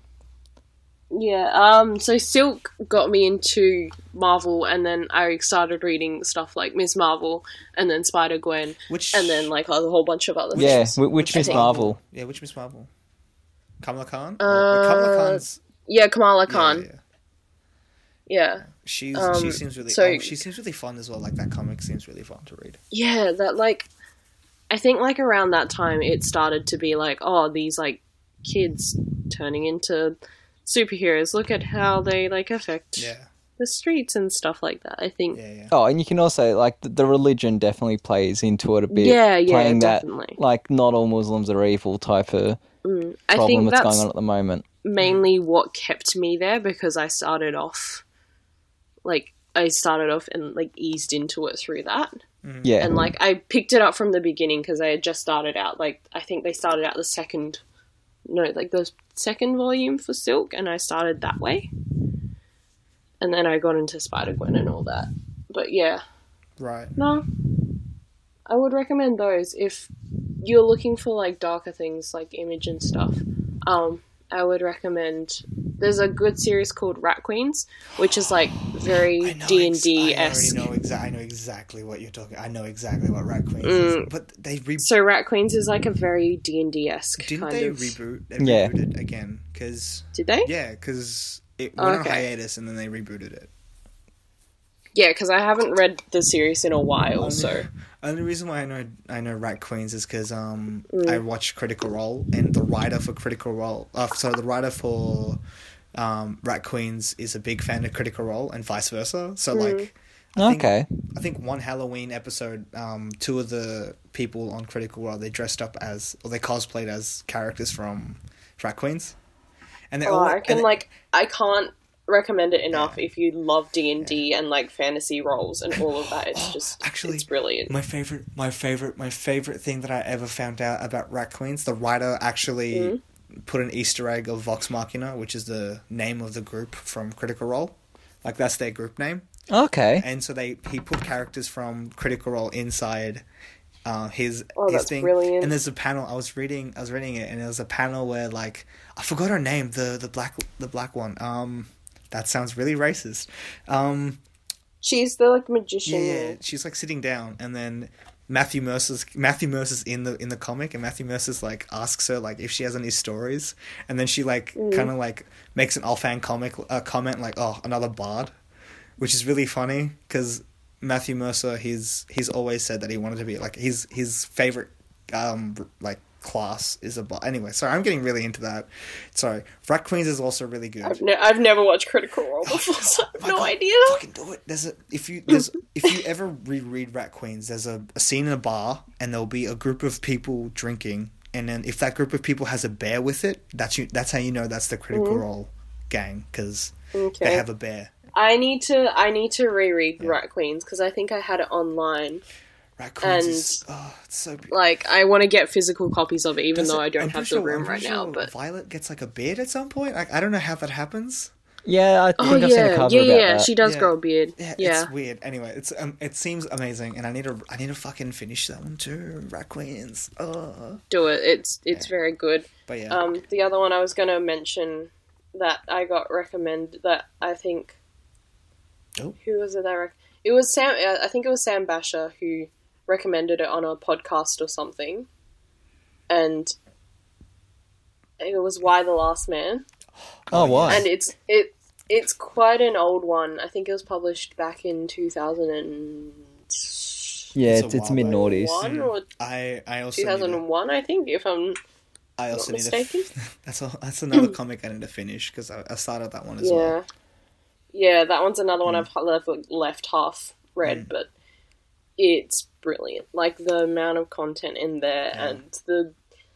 Speaker 1: Yeah, um, so Silk got me into Marvel, and then I started reading stuff like Ms. Marvel, and then Spider Gwen,
Speaker 2: Which
Speaker 1: and then like a whole bunch of other
Speaker 3: Yeah,
Speaker 1: things.
Speaker 3: wh- which Miss Marvel?
Speaker 2: Yeah, which Miss Marvel? Kamala Khan. Oh, wait, Kamala Khan's
Speaker 1: Yeah, Kamala
Speaker 2: yeah,
Speaker 1: Khan.
Speaker 2: yeah,
Speaker 1: Yeah.
Speaker 2: yeah. She's she
Speaker 1: Um,
Speaker 2: seems really
Speaker 1: so-
Speaker 2: oh, she seems really fun as well. Like that comic seems really fun to read.
Speaker 1: Yeah, that like I think like around that time it started to be like, oh, these like kids turning into superheroes. Look at how they like affect
Speaker 2: Yeah,
Speaker 1: the streets and stuff like that. I think
Speaker 2: yeah, yeah.
Speaker 3: Oh, and you can also like the, the religion definitely plays into it a bit.
Speaker 1: Yeah, yeah,
Speaker 3: playing
Speaker 1: definitely.
Speaker 3: that like not all Muslims are evil type of
Speaker 1: I
Speaker 3: problem
Speaker 1: think that's
Speaker 3: that's going on at the moment.
Speaker 1: mainly what kept me there because I started off like I started off and like eased into it through that.
Speaker 2: Mm.
Speaker 3: Yeah,
Speaker 1: And like I picked it up from the beginning because I had just started out like I think they started out the second no, like the second volume for Silk and I started that way. And then I got into Spider Gwen and all that. But yeah,
Speaker 2: Right.
Speaker 1: no. I would recommend those if you're looking for like darker things like image and stuff. Um, I would recommend there's a good series called Rat Queens, which is like very
Speaker 2: I know
Speaker 1: D and
Speaker 2: ex-
Speaker 1: D
Speaker 2: I already
Speaker 1: esque.
Speaker 2: know, exa- I know exactly what you're talking. I know exactly what Rat Queen is, but they re-
Speaker 1: So Rat Queens is like a very D and D esque
Speaker 2: didn't
Speaker 1: kind
Speaker 2: they
Speaker 1: of.
Speaker 2: reboot? They
Speaker 3: Yeah.
Speaker 2: rebooted again because
Speaker 1: Did they?
Speaker 2: yeah, because it
Speaker 1: Oh,
Speaker 2: went
Speaker 1: okay.
Speaker 2: on hiatus and then they rebooted it.
Speaker 1: Yeah, because I haven't read the series in a while.
Speaker 2: Only-
Speaker 1: So
Speaker 2: Only reason why I know I know Rat Queens is because um
Speaker 1: Mm.
Speaker 2: I watched Critical Role and the writer for Critical Role, uh, sorry, the writer for um Rat Queens is a big fan of Critical Role and vice versa. So
Speaker 1: Mm.
Speaker 2: like, I think-
Speaker 3: okay.
Speaker 2: I think one Halloween episode, um, two of the people on Critical Role they dressed up as or they cosplayed as characters from Rat Queens, and they
Speaker 1: oh,
Speaker 2: all
Speaker 1: I can
Speaker 2: and-
Speaker 1: like I can't recommend it enough if you love D and D and like fantasy roles and all of that. It's just
Speaker 2: Oh, actually,
Speaker 1: it's brilliant.
Speaker 2: My favorite, my favorite, my favorite thing that I ever found out about Rat Queens, the writer actually
Speaker 1: Mm-hmm.
Speaker 2: put an Easter egg of Vox Machina, which is the name of the group from Critical Role. Like that's their group name,
Speaker 3: Okay.
Speaker 2: and so they he put characters from Critical Role inside uh, his
Speaker 1: Oh,
Speaker 2: his
Speaker 1: that's
Speaker 2: thing.
Speaker 1: brilliant.
Speaker 2: And there's a panel I was reading, I was reading it, and there was a panel where like I forgot her name, the the black the black one. Um, that sounds really racist. Um.
Speaker 1: She's the like magician.
Speaker 2: Yeah, yeah, she's like sitting down, and then Matthew Mercer's Matthew Mercer's in the in the comic, and Matthew Mercer's like asks her like if she has any stories, and then she like kind of like makes an offhand comic uh, comment like, "Oh, another bard," which is really funny because Matthew Mercer he's he's always said that he wanted to be like his his favorite um like class is a boss. Anyway, sorry, I'm getting really into that. Sorry, Rat Queens is also really good.
Speaker 1: I've, ne- I've never watched Critical Role
Speaker 2: Oh,
Speaker 1: before, so I have
Speaker 2: My
Speaker 1: no
Speaker 2: God,
Speaker 1: idea.
Speaker 2: Fucking do it. There's a if you there's if you ever reread Rat Queens, there's a, a scene in a bar and there'll be a group of people drinking, and then if that group of people has a bear with it, that's you. That's how you know that's the Critical Role gang because they
Speaker 1: Mm-hmm. Okay.
Speaker 2: have a bear.
Speaker 1: I need to I need to reread Rat Queens because I think I had it online.
Speaker 2: Rat Queens
Speaker 1: And-
Speaker 2: is oh, it's so beautiful.
Speaker 1: Like I want to get physical copies of it, even
Speaker 2: Does
Speaker 1: though
Speaker 2: it-
Speaker 1: I don't
Speaker 2: I'm
Speaker 1: have
Speaker 2: pretty
Speaker 1: the
Speaker 2: sure- I'm
Speaker 1: room right
Speaker 2: pretty
Speaker 1: now.
Speaker 2: sure
Speaker 1: But
Speaker 2: Violet gets like a beard at some point. Like I don't know how that happens.
Speaker 3: Yeah, I think
Speaker 1: oh
Speaker 3: I've seen a
Speaker 1: yeah,
Speaker 3: cover
Speaker 1: yeah,
Speaker 3: about
Speaker 1: yeah,
Speaker 3: that.
Speaker 1: she does
Speaker 2: Yeah.
Speaker 1: grow a beard.
Speaker 2: Yeah,
Speaker 1: Yeah,
Speaker 2: it's weird. Anyway, it's um, it seems amazing, and I need to I need to fucking finish that one too. Rat Queens. Oh,
Speaker 1: do it. It's it's very good.
Speaker 2: but yeah,
Speaker 1: Um, the other one I was going to mention that I got recommend that I think.
Speaker 2: Oh.
Speaker 1: Who was it? I rec- it was Sam. uh, I think it was Sam Basher who recommended it on a podcast or something, and it was Why the Last Man,
Speaker 3: Oh, why?
Speaker 1: and it's it it's quite an old one. I think it was published back in two thousand and
Speaker 3: Yeah,
Speaker 2: It's a
Speaker 3: it's, it's
Speaker 2: while back.
Speaker 3: mid noughties.
Speaker 1: one or
Speaker 2: I I also
Speaker 1: two
Speaker 2: need
Speaker 1: thousand
Speaker 2: to,
Speaker 1: and one. I think if I'm
Speaker 2: I also
Speaker 1: not
Speaker 2: need to,
Speaker 1: mistaken.
Speaker 2: that's a, that's another comic I need to finish because I, I started that one as
Speaker 1: yeah.
Speaker 2: well. Hmm.
Speaker 1: Yeah, that one's another one I've left, left half read, but it's brilliant. Like the amount of content in there
Speaker 2: Yeah.
Speaker 1: and the.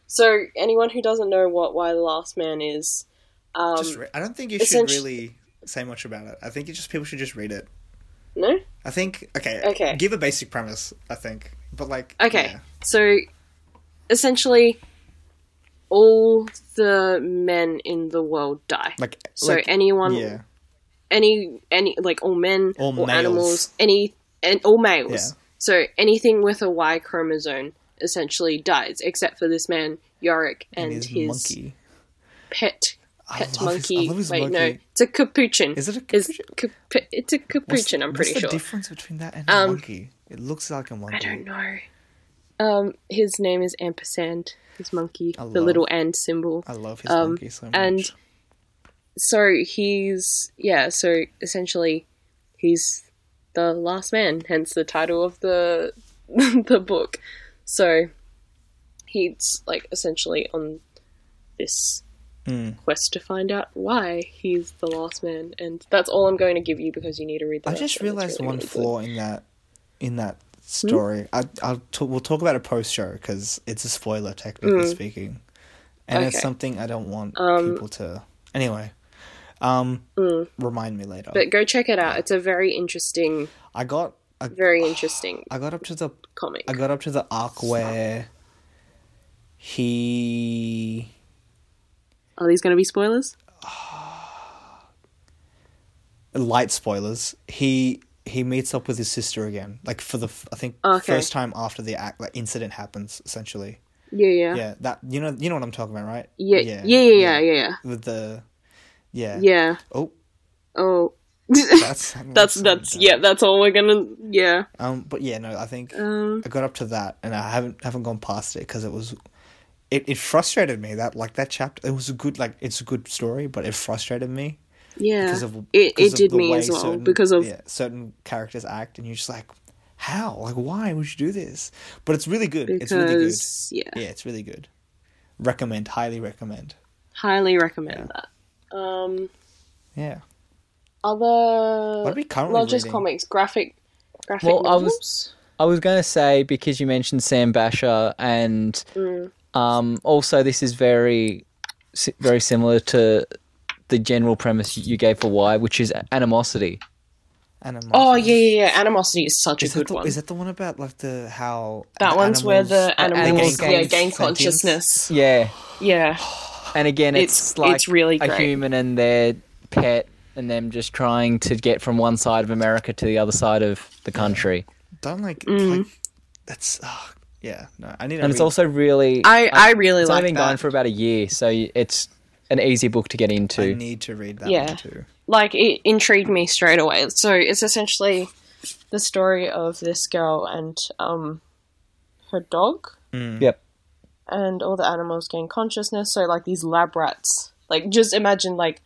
Speaker 1: So anyone who doesn't know what Why the Last Man is, um,
Speaker 2: Just re- I don't think you should
Speaker 1: essentia-
Speaker 2: really say much about it. I think you just people should just read it.
Speaker 1: no,
Speaker 2: I think okay,
Speaker 1: Okay.
Speaker 2: Give a basic premise. I think, but like
Speaker 1: Okay.
Speaker 2: yeah.
Speaker 1: So essentially, all the men in the world die.
Speaker 2: like
Speaker 1: so
Speaker 2: like,
Speaker 1: anyone,
Speaker 2: yeah,
Speaker 1: any any like all men
Speaker 2: All
Speaker 1: all
Speaker 2: males.
Speaker 1: animals any and all males
Speaker 2: Yeah.
Speaker 1: so anything with a y chromosome essentially dies except for this man yorick and,
Speaker 2: his,
Speaker 1: his,
Speaker 2: monkey.
Speaker 1: pet
Speaker 2: I
Speaker 1: pet
Speaker 2: love his- I
Speaker 1: monkey
Speaker 2: love his
Speaker 1: wait no
Speaker 2: monkey.
Speaker 1: it's a capuchin
Speaker 2: Is it a
Speaker 1: It's
Speaker 2: capuchin?
Speaker 1: cap- it's a
Speaker 2: What's-
Speaker 1: capuchin i'm
Speaker 2: what's
Speaker 1: pretty
Speaker 2: the
Speaker 1: sure
Speaker 2: difference between that and a
Speaker 1: Um,
Speaker 2: monkey? It looks like a monkey.
Speaker 1: i don't know um his name is ampersand his monkey
Speaker 2: I
Speaker 1: the
Speaker 2: love-
Speaker 1: little and symbol
Speaker 2: I love his
Speaker 1: Um,
Speaker 2: monkey so much.
Speaker 1: and so he's yeah so essentially he's the last man hence the title of the the book so he's like essentially on this
Speaker 2: Mm.
Speaker 1: quest to find out why he's the last man and that's all i'm going to give you because you need to read that
Speaker 2: I just realized one
Speaker 1: flaw.
Speaker 2: flaw in that in that
Speaker 1: Hmm?
Speaker 2: story. I I'll t- we'll talk about a post show because it's a spoiler technically speaking, and it's
Speaker 1: Hmm. Okay.
Speaker 2: something I don't want
Speaker 1: Um, hmm.
Speaker 2: people to. Anyway, um, remind me later.
Speaker 1: but go check it out it's a very interesting
Speaker 2: I got I,
Speaker 1: very interesting
Speaker 2: I got up to the
Speaker 1: comic
Speaker 2: I got up to the arc where he
Speaker 1: are these going to be spoilers
Speaker 2: light spoilers. He he meets up with his sister again, like for the f- I think
Speaker 1: Okay.
Speaker 2: first time after the act like incident happens essentially.
Speaker 1: yeah yeah yeah
Speaker 2: Yeah, that you know you know what I'm talking about, right?
Speaker 1: yeah yeah yeah yeah yeah,
Speaker 2: With the yeah.
Speaker 1: yeah.
Speaker 2: Oh,
Speaker 1: oh
Speaker 2: that's
Speaker 1: that's that's yeah that's all we're gonna yeah
Speaker 2: Um, but yeah, no, I think
Speaker 1: um
Speaker 2: I got up to that, and I haven't haven't gone past it because it was, it, it frustrated me that like that chapter. It was a good like it's a good story, but it frustrated me
Speaker 1: yeah
Speaker 2: because of
Speaker 1: it,
Speaker 2: because
Speaker 1: it
Speaker 2: of
Speaker 1: did
Speaker 2: the
Speaker 1: me
Speaker 2: way
Speaker 1: as well
Speaker 2: certain-
Speaker 1: because of
Speaker 2: yeah, certain characters act, and you're just like, how like why would you do this? But it's really good.
Speaker 1: because
Speaker 2: it's really good.
Speaker 1: yeah
Speaker 2: Yeah, it's really good. Recommend, highly recommend.
Speaker 1: highly recommend that um
Speaker 2: Yeah. What are
Speaker 1: other
Speaker 2: we currently
Speaker 1: not just
Speaker 2: reading?
Speaker 1: comics graphic graphic
Speaker 3: Well, I was-
Speaker 1: novels
Speaker 3: I was going to say because you mentioned Sam Basher, and
Speaker 1: Mm.
Speaker 3: um, also this is very, si- very similar to the general premise you gave for why, which is animosity.
Speaker 2: Animosity.
Speaker 1: oh yeah yeah yeah animosity is such
Speaker 2: Is
Speaker 1: a good
Speaker 2: that, the,
Speaker 1: one
Speaker 2: is that the one about like the how
Speaker 1: that
Speaker 2: the
Speaker 1: one's where the
Speaker 2: animals-
Speaker 1: animals
Speaker 3: gain
Speaker 1: yeah
Speaker 2: con-
Speaker 1: gain
Speaker 2: sentience?
Speaker 1: consciousness
Speaker 3: Yeah,
Speaker 1: yeah
Speaker 3: and again, it's,
Speaker 1: It's-
Speaker 3: like
Speaker 1: it's really
Speaker 3: a
Speaker 1: great.
Speaker 3: human and their pet, and them just trying to get from one side of America to the other side of the country.
Speaker 2: Don't like,
Speaker 1: Mm.
Speaker 2: like that's ah, yeah. No, I need. to
Speaker 3: And it's
Speaker 2: read-
Speaker 3: also really,
Speaker 1: I I really
Speaker 3: it's only
Speaker 1: like
Speaker 3: been going
Speaker 1: that
Speaker 3: for about a year, so y- it's an easy book to get
Speaker 2: I
Speaker 3: into.
Speaker 2: need to read that
Speaker 1: Yeah.
Speaker 2: one too.
Speaker 1: like it intrigued me straight away. So it's essentially the story of this girl and um her dog
Speaker 3: Yep.
Speaker 1: and all the animals gain consciousness. So like these lab rats, like just imagine like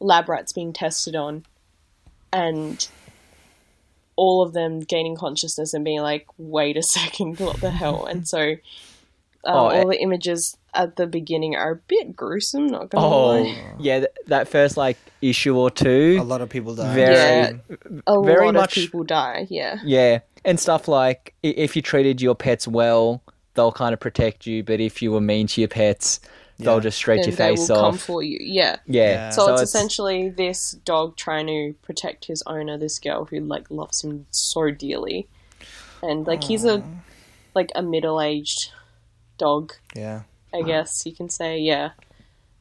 Speaker 1: lab rats being tested on, and all of them gaining consciousness and being like, "Wait a second, what the hell?" And so Um,
Speaker 3: Oh,
Speaker 1: all
Speaker 3: eh.
Speaker 1: the images at the beginning are a bit gruesome. Not gonna
Speaker 3: Oh,
Speaker 1: lie.
Speaker 3: yeah, th- that first like issue or
Speaker 2: A
Speaker 3: two.
Speaker 2: lot of people die.
Speaker 3: Very-
Speaker 1: Yeah, a
Speaker 3: very
Speaker 1: lot
Speaker 3: much-
Speaker 1: of people die. Yeah,
Speaker 3: Yeah, and stuff like i- if you treated your pets well, they'll kind of protect you, but if you were mean to your pets, they'll just straight
Speaker 1: then
Speaker 3: your
Speaker 1: they
Speaker 3: face
Speaker 1: will come
Speaker 3: off.
Speaker 1: for you. Yeah.
Speaker 3: Yeah.
Speaker 2: Yeah.
Speaker 1: So, it's, essentially this dog trying to protect his owner, this girl who like loves him so dearly, and like he's a like a middle aged dog,
Speaker 2: Yeah.
Speaker 1: I guess you can say. Yeah.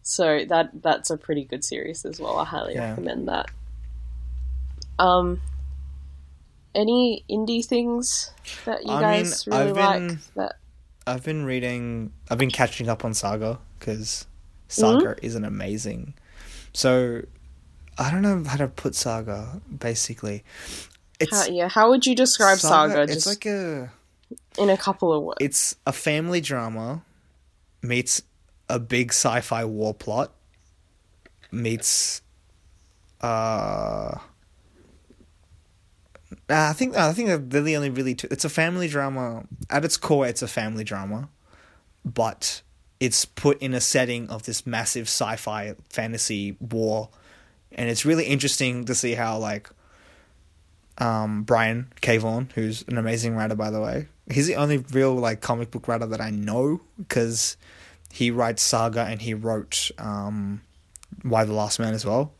Speaker 1: So that that's a pretty good series as well. I highly
Speaker 2: Yeah.
Speaker 1: recommend that. Um. Any indie things that you
Speaker 2: I mean,
Speaker 1: guys really
Speaker 2: I've
Speaker 1: like?
Speaker 2: been-
Speaker 1: That
Speaker 2: I've been reading. I've been catching up on Saga because Saga
Speaker 1: Mm-hmm.
Speaker 2: is an amazing. So I don't know how to put Saga. Basically, it's
Speaker 1: how, yeah. How would you describe Saga?
Speaker 2: It's
Speaker 1: just
Speaker 2: like a.
Speaker 1: in a couple of words.
Speaker 2: It's a family drama, meets a big sci-fi war plot, meets. Uh, Nah, Uh, I think I think they're the only really two. It's a family drama at its core. It's a family drama, but it's put in a setting of this massive sci-fi fantasy war, and it's really interesting to see how like um, Brian K. Vaughan, who's an amazing writer by the way, he's the only real like comic book writer that I know because he writes Saga and he wrote um, Why the Last Man as well.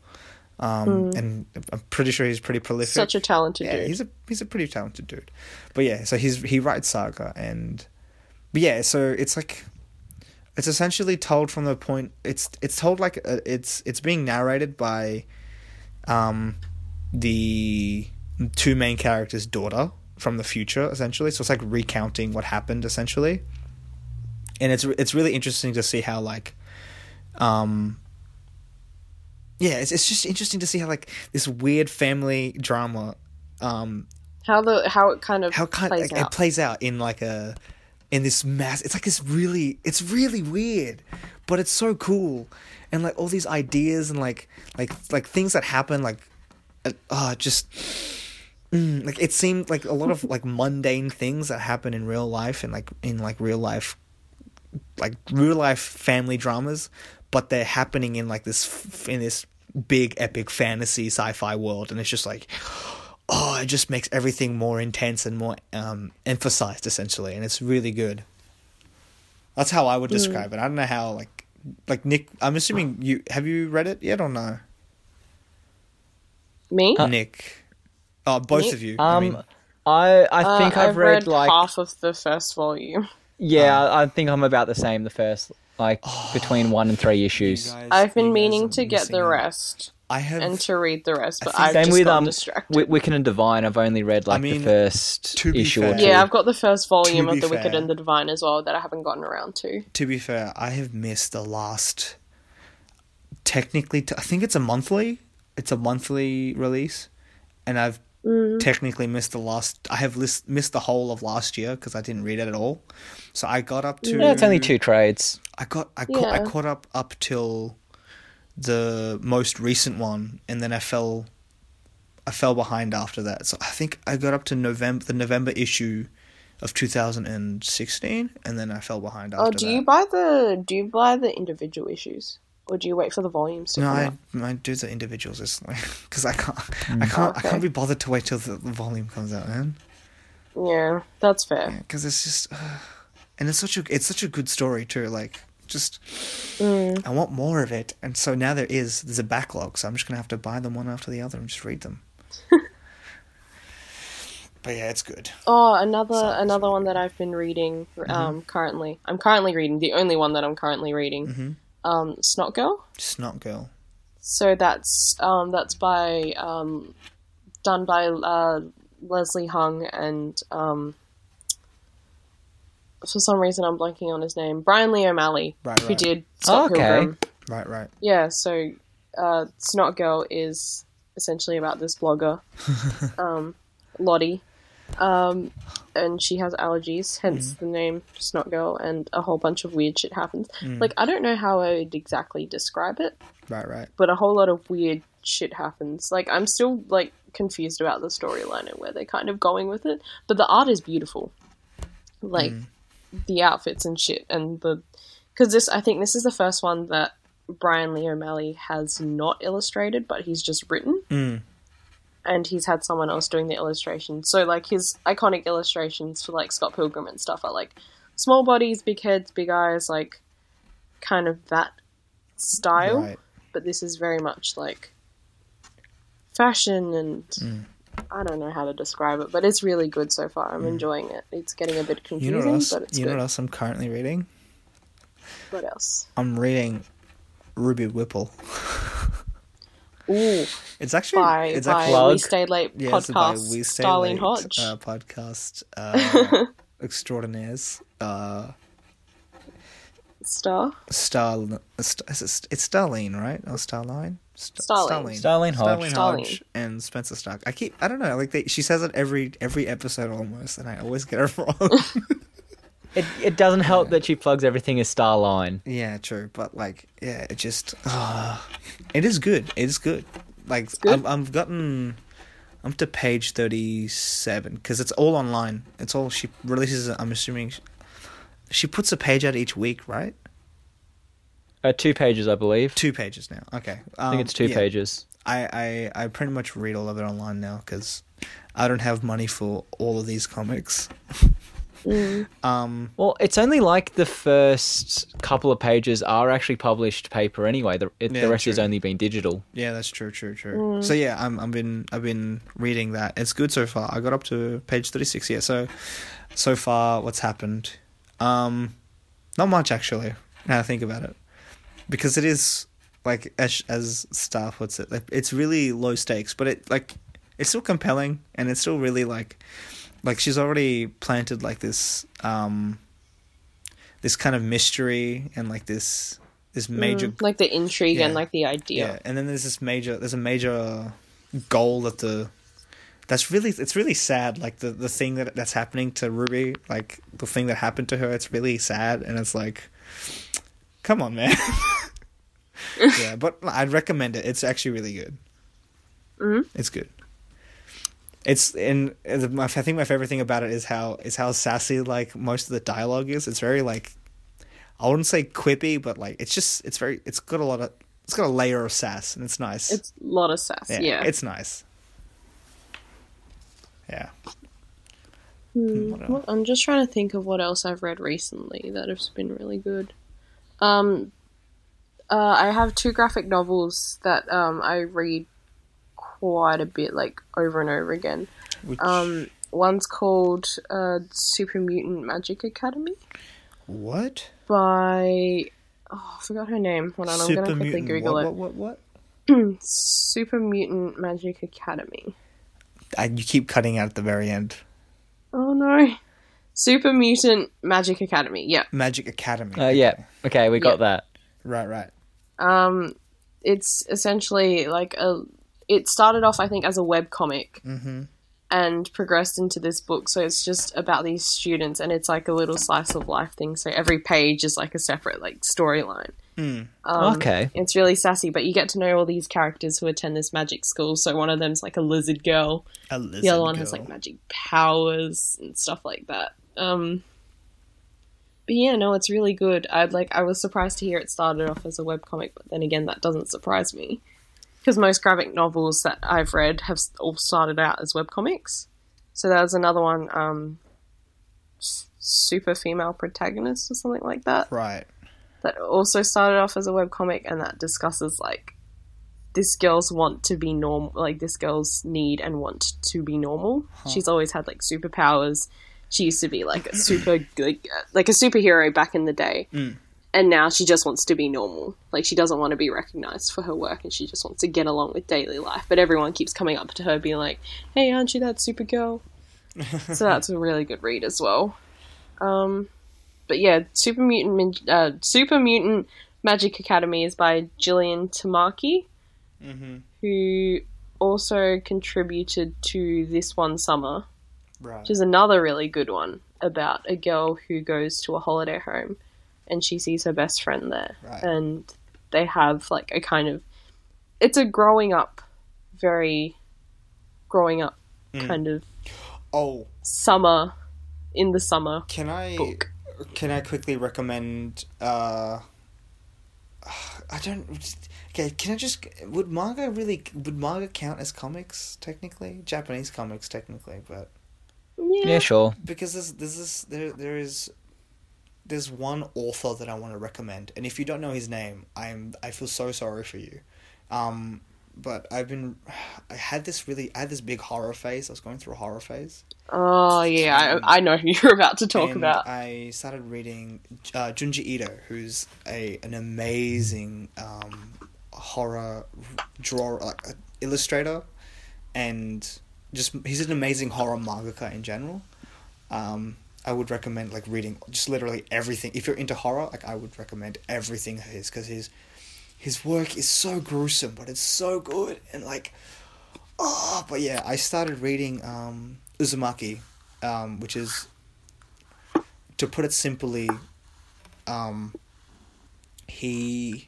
Speaker 2: Um, And I'm pretty sure he's pretty prolific.
Speaker 1: Such a talented
Speaker 2: Yeah,
Speaker 1: dude.
Speaker 2: he's a he's a pretty talented dude. But yeah, so he's he writes Saga and but yeah, so it's like it's essentially told from the point it's it's told like uh, it's it's being narrated by um the two main characters' daughter from the future essentially. So it's like recounting what happened essentially. And it's it's really interesting to see how like um yeah, it's it's just interesting to see how like this weird family drama um
Speaker 1: how the how it kind of
Speaker 2: how kind
Speaker 1: plays
Speaker 2: like, it
Speaker 1: out.
Speaker 2: plays out in like a in this mass it's like this really it's really weird but it's so cool and like all these ideas and like like like things that happen like uh, uh just mm, like it seemed like a lot of like mundane things that happen in real life and like in like real life like real life family dramas, but they're happening in like this f- in this big epic fantasy sci-fi world, and it's just like, oh, it just makes everything more intense and more um, emphasized essentially, and it's really good. That's how I would describe it. I don't know how like like Nick. I'm assuming you have you read it yet or no,
Speaker 1: Me?
Speaker 2: Nick? Oh, both
Speaker 1: Uh, Nick?
Speaker 2: of you. I
Speaker 3: um, I,
Speaker 2: mean,
Speaker 3: I,
Speaker 1: Uh,
Speaker 3: think I've, read, like
Speaker 1: half of the first volume.
Speaker 3: yeah,
Speaker 2: Oh.
Speaker 3: I I think I'm about the same. The first like between one and three issues.
Speaker 1: I've been meaning to get the rest
Speaker 2: I have
Speaker 1: and to read the rest, but
Speaker 2: think-
Speaker 1: I've
Speaker 3: Same
Speaker 1: just
Speaker 3: with
Speaker 1: got
Speaker 3: um,
Speaker 1: distracted.
Speaker 3: Wi- Wicked and Divine. I've only read like
Speaker 2: mean,
Speaker 3: the first
Speaker 2: to be
Speaker 3: issue or
Speaker 2: fair-
Speaker 3: two.
Speaker 1: yeah, I've got the first volume
Speaker 2: To
Speaker 1: of
Speaker 2: be
Speaker 1: The Wicked
Speaker 2: fair.
Speaker 1: and the Divine as well that I haven't gotten around to.
Speaker 2: to be fair, I have missed the last. Technically, t- I think it's a monthly. It's a monthly release, and I've
Speaker 1: Mm.
Speaker 2: technically missed the last. I have list, missed the whole of last year because I didn't read it at all. So I got up to.
Speaker 3: Yeah, it's only two trades.
Speaker 2: I got. I, ca- I
Speaker 1: Yeah.
Speaker 2: caught up up till the most recent one, and then I fell. I fell behind after that. So I think I got up to November, the November issue of 2016, and then I fell behind after
Speaker 1: Oh,
Speaker 2: that.
Speaker 1: do you buy the do you buy the individual issues, or do you wait for the volumes to
Speaker 2: No,
Speaker 1: come
Speaker 2: I,
Speaker 1: out?
Speaker 2: I do the individuals because I can't, I can't, I
Speaker 1: Okay.
Speaker 2: can't be bothered to wait till the, the volume comes out, man.
Speaker 1: Yeah, that's fair.
Speaker 2: Because it's just, and it's such a, it's such a good story too. Like, just,
Speaker 1: Mm.
Speaker 2: I want more of it, and so now there is, there's a backlog, so I'm just gonna have to buy them one after the other and just read them. but yeah, it's good.
Speaker 1: Oh, another another one that I've been reading
Speaker 2: Mm-hmm.
Speaker 1: um, currently. I'm currently reading the only one that I'm currently reading.
Speaker 2: Mm-hmm.
Speaker 1: Um, Snot Girl.
Speaker 2: Just not girl.
Speaker 1: So that's um, that's by um, done by uh, Leslie Hung and um, for some reason I'm blanking on his name, Brian Lee O'Malley,
Speaker 2: Right,
Speaker 1: who
Speaker 2: right.
Speaker 1: did Scott
Speaker 3: Okay.
Speaker 1: Pilgrim.
Speaker 2: Right, right.
Speaker 1: Yeah, so uh, Snot Girl is essentially about this blogger, um, Lottie, um, and she has allergies, hence the name Snot Girl, and a whole bunch of weird shit happens. Like I don't know how I would exactly describe it
Speaker 2: Right, right.
Speaker 1: but a whole lot of weird shit happens. Like I'm still like confused about
Speaker 2: Mm.
Speaker 1: the storyline and where they're kind of going with it, but the art is beautiful. Like the outfits and shit and the because this I think this is the first one that Brian Lee O'Malley has not illustrated, but he's just written.
Speaker 2: Mm.
Speaker 1: And he's had someone else doing the illustrations. So like his iconic illustrations for like Scott Pilgrim and stuff are like small bodies, big heads, big eyes, like kind of that style.
Speaker 2: Right.
Speaker 1: But this is very much like fashion and
Speaker 2: Mm.
Speaker 1: I don't know how to describe it, but it's really good so far. I'm enjoying it. It's getting a bit
Speaker 2: Mm. You
Speaker 1: confusing,
Speaker 2: know what else?
Speaker 1: but it's
Speaker 2: You know
Speaker 1: good.
Speaker 2: what else I'm currently reading?
Speaker 1: What else?
Speaker 2: I'm reading Ruby Whipple.
Speaker 1: Ooh,
Speaker 2: It's actually
Speaker 1: by,
Speaker 2: it's
Speaker 1: by
Speaker 2: actually
Speaker 3: Plug.
Speaker 1: We Stay Late
Speaker 2: yeah, it's by
Speaker 1: podcast,
Speaker 2: We Stay
Speaker 1: Darlene
Speaker 2: Late,
Speaker 1: Hodge.
Speaker 2: uh, podcast uh, extraordinaires. Uh,
Speaker 1: Star.
Speaker 2: Star, St- is it St- it's Starlene, right? Or Starline? St-
Speaker 1: Starlene.
Speaker 3: Starlene
Speaker 2: Starlene
Speaker 3: Hodge.
Speaker 1: Starlene.
Speaker 2: and Spencer Stark. I keep, I don't know, like they, she says it every every episode almost, and I always get her wrong.
Speaker 3: It, it doesn't help that she plugs everything as Starline.
Speaker 2: yeah, true, but like, yeah, it just, uh, it is good. It is good. Like,
Speaker 1: good.
Speaker 2: I've, I've gotten, I'm to page thirty seven because it's all online. It's all she releases. it, I'm assuming she, she puts a page out each week, right?
Speaker 3: Uh, two pages, I believe.
Speaker 2: Two pages now. Okay,
Speaker 3: I think it's two
Speaker 2: pages.
Speaker 3: pages.
Speaker 2: I, I, I pretty much read all of it online now because I don't have money for all of these comics.
Speaker 3: Mm.
Speaker 2: um,
Speaker 3: Well, it's only like the first couple of pages are actually published paper anyway. The, it,
Speaker 2: Yeah,
Speaker 3: the rest has
Speaker 2: true.
Speaker 3: only been digital.
Speaker 2: yeah, that's true, true, true. So yeah, I'm I've been I've been reading that. It's good so far. I got up to page thirty six. Yeah, so so far what's happened? Um, not much actually. Now I think about it, because it is like as as Star puts it, like it's really low stakes, but it like it's still compelling and it's still really like like she's already planted like this um this kind of mystery and like this this major
Speaker 1: Mm, like the intrigue and
Speaker 2: Yeah.
Speaker 1: like the
Speaker 2: yeah.
Speaker 1: idea.
Speaker 2: and then there's this major there's a major goal that the that's really it's really sad like the the thing that that's happening to ruby like the thing that happened to her it's really sad and it's like come on man yeah but i'd recommend it it's actually really good
Speaker 1: Mhm.
Speaker 2: it's good it's and and the- my, I think my favorite thing about it is how is how sassy like most of the dialogue is. It's very like I wouldn't say quippy, but like it's just it's very it's got a lot of it's got a layer of sass and it's nice.
Speaker 1: It's a lot of sass. Yeah.
Speaker 2: it's nice. Yeah,
Speaker 1: Hmm,
Speaker 2: what else?
Speaker 1: what- I'm just trying to think of what else I've read recently that has been really good. Um, uh, I have two graphic novels that um, I read quite a bit, like over and over again.
Speaker 2: which
Speaker 1: Um, one's called uh, Super Mutant Magic Academy
Speaker 2: what
Speaker 1: by oh, I forgot her name. Hold on, I'm gonna quickly Google
Speaker 2: what,
Speaker 1: it.
Speaker 2: what what what?
Speaker 1: Super Mutant Magic Academy.
Speaker 2: I, you keep cutting out at the very end.
Speaker 1: Oh no, Super Mutant Magic Academy. Yeah,
Speaker 2: Magic Academy.
Speaker 3: Uh, yeah. Okay, we got that.
Speaker 2: Right, right.
Speaker 1: um, it's essentially like a. It started off, I think, as a web comic
Speaker 2: Mm-hmm.
Speaker 1: and progressed into this book. So it's just about these students, and it's like a little slice of life thing. So every page is like a separate like storyline.
Speaker 2: Mm.
Speaker 1: Um,
Speaker 3: okay.
Speaker 1: It's really sassy, but you get to know all these characters who attend this magic school. So one of them's like a lizard girl,
Speaker 2: A
Speaker 1: the
Speaker 2: lizard
Speaker 1: other one has
Speaker 2: girl.
Speaker 1: like magic powers and stuff like that. Um, but yeah, no, it's really good. I'd like I was surprised to hear it started off as a webcomic, but then again, that doesn't surprise me because most graphic novels that I've read have s- all started out as webcomics. So that was another one, um, s- super female protagonist or something like that
Speaker 2: right.
Speaker 1: that also started off as a webcomic and that discusses like this girl's want to be normal like this girl's need and want to be normal she's always had like superpowers she used to be like a super like, like a superhero back in the day
Speaker 2: Mm.
Speaker 1: and now she just wants to be normal like she doesn't want to be recognized for her work and she just wants to get along with daily life but everyone keeps coming up to her being like hey aren't you that supergirl so that's a really good read as well um but yeah, Super Mutant Min- uh, Super Mutant Magic Academy is by Jillian Tamaki,
Speaker 2: Mm-hmm.
Speaker 1: who also contributed to this one summer,
Speaker 2: Right.
Speaker 1: which is another really good one about a girl who goes to a holiday home, and she sees her best friend there,
Speaker 2: Right.
Speaker 1: and they have like a kind of it's a growing up, very growing up
Speaker 2: Mm.
Speaker 1: kind of
Speaker 2: oh,
Speaker 1: summer in the summer
Speaker 2: can I
Speaker 1: book.
Speaker 2: can I quickly recommend? Uh, I don't. Okay, can I just? Would manga really? Would manga count as comics technically? Japanese comics technically, but
Speaker 1: Yeah.
Speaker 3: Yeah, sure.
Speaker 2: because there's there's this there there is there's one author that I want to recommend, and if you don't know his name, I'm I feel so sorry for you. Um, but I've been I had this really I had this big horror phase. I was going through a horror phase.
Speaker 1: Oh yeah, I, I know who you're about to talk
Speaker 2: and uh,
Speaker 1: about.
Speaker 2: I started reading uh, Junji Ito, who's a an amazing um, horror drawer, like uh, illustrator, and just he's an amazing horror mangaka in general. Um, I would recommend like reading just literally everything. If you're into horror, like I would recommend everything of his because his his work is so gruesome, but it's so good and like oh. But yeah, I started reading um, Uzumaki, um, which is to put it simply, um, he,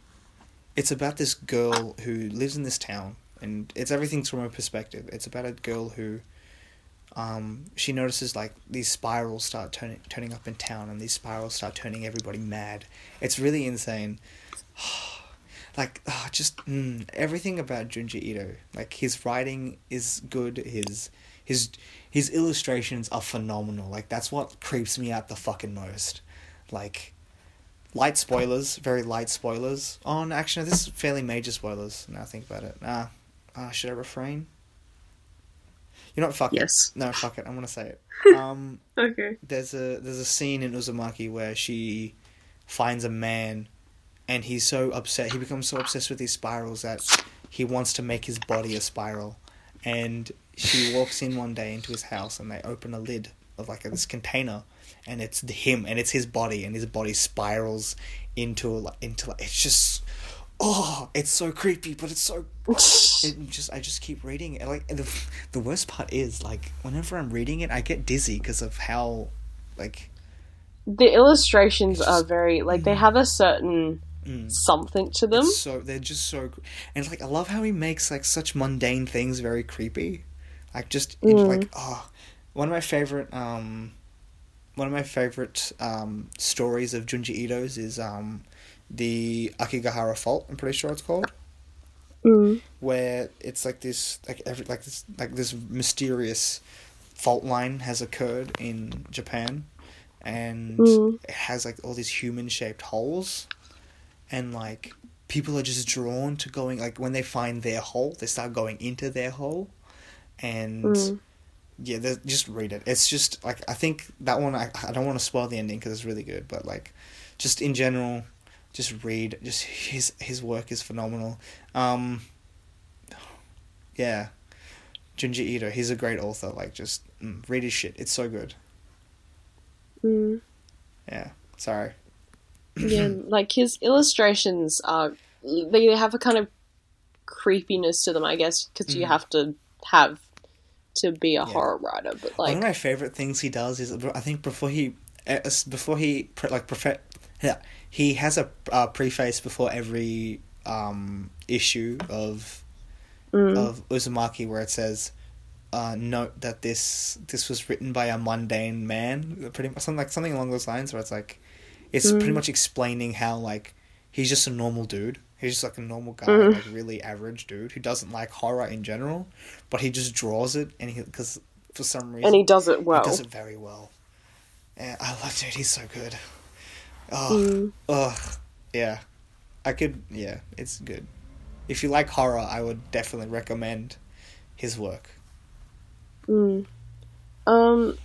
Speaker 2: it's about this girl who lives in this town, and it's everything's from her perspective. It's about a girl who, um, she notices like these spirals start turning turning up in town, and these spirals start turning everybody mad. It's really insane. Like ah, just mm, everything about Junji Ito, like his writing is good. His his his illustrations are phenomenal. Like that's what creeps me out the fucking most. Like light spoilers, very light spoilers. On no, actually, no, this is fairly major spoilers. Now I think about it. Ah, ah, should I refrain? You know what? Fuck
Speaker 1: Yes.
Speaker 2: it. No, fuck it. I'm gonna say it. Um,
Speaker 1: Okay.
Speaker 2: there's a there's a scene in Uzumaki where she finds a man, and he's so upset. He becomes so obsessed with these spirals that he wants to make his body a spiral. And she walks in one day into his house, and they open a lid of like this container, and it's him, and it's his body, and his body spirals into like into like it's just. Oh, it's so creepy, but it's so it just I just keep reading it. Like and the the worst part is like whenever I'm reading it, I get dizzy because of how like
Speaker 1: The illustrations are very like they have a certain
Speaker 2: Mm.
Speaker 1: something to them.
Speaker 2: so they're just so cr- and like I love how he makes like such mundane things very creepy. Like just in-
Speaker 1: Mm.
Speaker 2: like oh, one of my favorite um one of my favorite um stories of Junji Ito's is um the Akigahara Fault. I'm pretty sure it's called.
Speaker 1: Mm.
Speaker 2: where it's like this like every like this like this mysterious fault line has occurred in Japan and
Speaker 1: Mm.
Speaker 2: it has like all these human shaped holes and like people are just drawn to going like when they find their hole they start going into their hole and
Speaker 1: Mm.
Speaker 2: yeah there's- just read it it's just like i think that one i, I don't want to spoil the ending because it's really good but like just in general just read just his his work is phenomenal um yeah junji ito he's a great author like just mm, read his shit it's so good
Speaker 1: Mm.
Speaker 2: yeah sorry
Speaker 1: Yeah, like his illustrations are they have a kind of creepiness to them, I guess, because you
Speaker 2: Mhm.
Speaker 1: have to have to be a
Speaker 2: Yeah.
Speaker 1: horror writer. But
Speaker 2: one of
Speaker 1: like,
Speaker 2: my favorite things he does is I think before he eh, s- before he pre- like prefe- yeah, he has a uh, preface before every um issue of
Speaker 1: Mm.
Speaker 2: of Uzumaki where it says uh, note that this this was written by a mundane man pretty much something like something along those lines where it's like it's pretty
Speaker 1: Mm.
Speaker 2: much explaining how like he's just a normal dude he's just like a normal guy
Speaker 1: Mm.
Speaker 2: like really average dude who doesn't like horror in general but he just draws it and he because for some reason
Speaker 1: and he does it well.
Speaker 2: he does it very well. Yeah, I love dude. He's so good. Oh,
Speaker 1: Mm.
Speaker 2: ugh. yeah. I could. Yeah, it's good. If you like horror, I would definitely recommend his work.
Speaker 1: Mm. Um,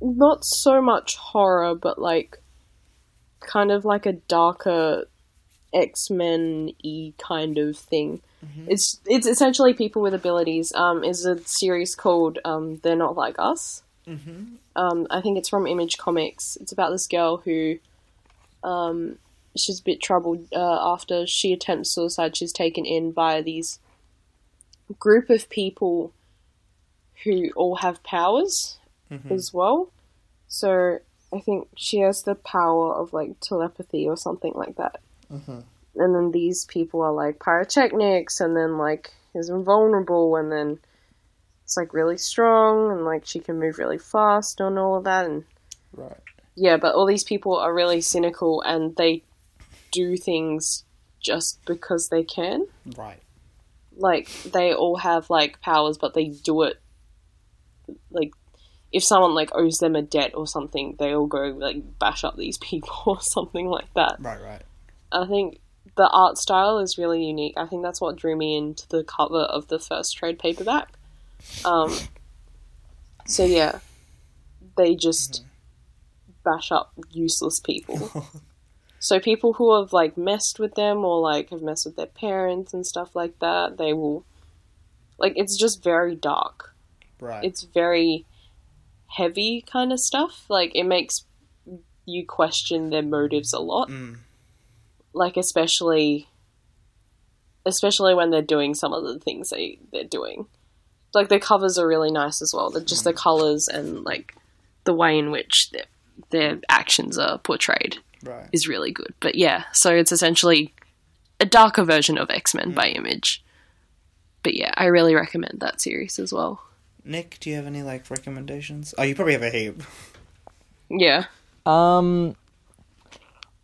Speaker 1: not so much horror, but like kind of like a darker X Men y kind of thing. It's it's essentially people with abilities. Um, is a series called um, They're Not Like Us.
Speaker 2: Mm-hmm.
Speaker 1: Um, I think it's from Image Comics. It's about this girl who, um, she's a bit troubled uh, after she attempts suicide. She's taken in by these group of people who all have powers as well. So I think she has the power of like telepathy or something like that. And then these people are like pyrotechnics, and then like is invulnerable, and then it's like really strong, and like she can move really fast and all of that, and
Speaker 2: Right.
Speaker 1: yeah, but all these people are really cynical and they do things just because they can.
Speaker 2: Right.
Speaker 1: Like they all have like powers, but they do it like if someone like owes them a debt or something, they all go like bash up these people or something like that.
Speaker 2: Right. Right.
Speaker 1: I think the art style is really unique. I think that's what drew me into the cover of the first trade paperback. Um, so yeah, they just bash up useless people. so people who have like messed with them or like have messed with their parents and stuff like that, they will like it's just very dark
Speaker 2: Right.
Speaker 1: it's very heavy kind of stuff. Like it makes you question their motives a lot.
Speaker 2: Mm.
Speaker 1: Like especially especially when they're doing some of the things they, they're doing. Like their covers are really nice as well. They're just the colours and like the way in which their their actions are portrayed
Speaker 2: right.
Speaker 1: is really good. But yeah, so it's essentially a darker version of X Men by Image. But yeah, I really recommend that series as well.
Speaker 2: Nick, do you have any like recommendations? Oh, you probably have a heap.
Speaker 1: Yeah.
Speaker 3: Um.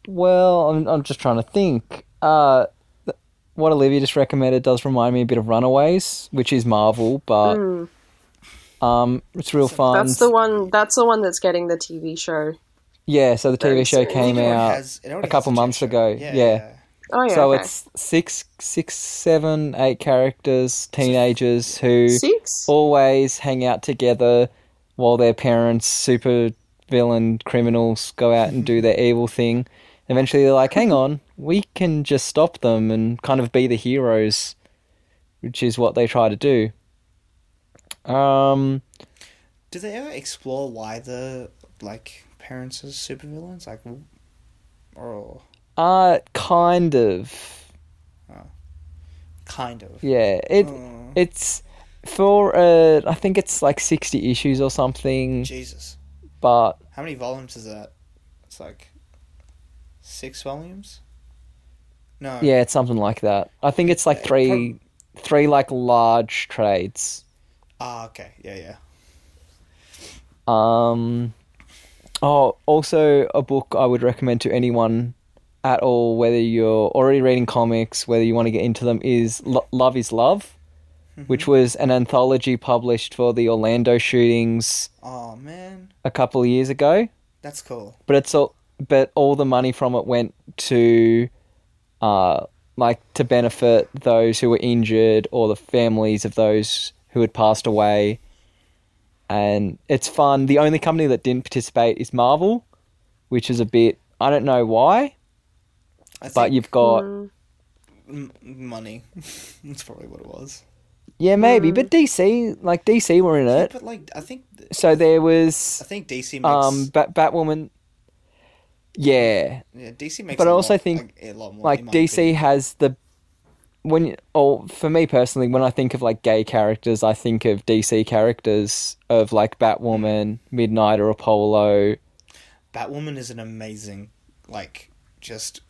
Speaker 3: Well, I'm, I'm just trying to think. Uh, th- what Olivia just recommended does remind me a bit of Runaways, which is Marvel, but um, it's real fun.
Speaker 1: Hmm. That's the one. That's the one that's getting the TV show.
Speaker 3: yeah, so the TV
Speaker 1: That's
Speaker 3: show
Speaker 1: it.
Speaker 3: came
Speaker 2: It already
Speaker 3: out
Speaker 2: has- it already
Speaker 3: a couple
Speaker 2: has
Speaker 3: months
Speaker 2: Jack
Speaker 3: ago.
Speaker 2: Sparrow.
Speaker 3: Yeah.
Speaker 1: Oh yeah.
Speaker 3: So
Speaker 1: okay.
Speaker 3: it's six, six, seven, eight characters, teenagers who
Speaker 1: six.
Speaker 3: always hang out together while their parents, super villain criminals, go out and do their evil thing. Eventually, they're like, "Hang on, we can just stop them and kind of be the heroes," which is what they try to do. Um,
Speaker 2: Do they ever explore why the like parents are supervillains? Like, w- or
Speaker 3: uh, kind of.
Speaker 2: kind of.
Speaker 3: Yeah, it
Speaker 2: Oh.
Speaker 3: it's for uh, I think it's like sixty issues or something,
Speaker 2: Jesus,
Speaker 3: but
Speaker 2: how many volumes is that? It's like six volumes. No.
Speaker 3: Yeah, it's something like that. I think it's like
Speaker 2: Yeah,
Speaker 3: three, three like large trades.
Speaker 2: Ah, okay. Yeah, yeah.
Speaker 3: Um, oh, also a book I would recommend to anyone at all, whether you're already reading comics, whether you want to get into them, is Lo- Love Is Love, which was an anthology published for the Orlando shootings
Speaker 2: Oh man,
Speaker 3: a couple of years ago.
Speaker 2: that's cool.
Speaker 3: But it's all, but all the money from it went to, uh, like to benefit those who were injured or the families of those who had passed away. And it's fun. The only company that didn't participate is Marvel, which is a bit I don't know why,
Speaker 2: I
Speaker 3: but
Speaker 2: think
Speaker 3: you've got
Speaker 2: m- money. that's probably what it was.
Speaker 3: yeah maybe, but DC like DC were in it,
Speaker 2: But like, I think th-
Speaker 3: so there
Speaker 2: I
Speaker 3: was
Speaker 2: think DC makes
Speaker 3: um Bat- Batwoman. Yeah,
Speaker 2: yeah DC makes.
Speaker 3: but
Speaker 2: a
Speaker 3: I also
Speaker 2: lot-
Speaker 3: think,
Speaker 2: a lot more
Speaker 3: like
Speaker 2: in my
Speaker 3: DC
Speaker 2: opinion.
Speaker 3: has the when you- or for me personally, when I think of like gay characters, I think of DC characters of like Batwoman, Midnight, or Apollo.
Speaker 2: Batwoman is an amazing, like, just.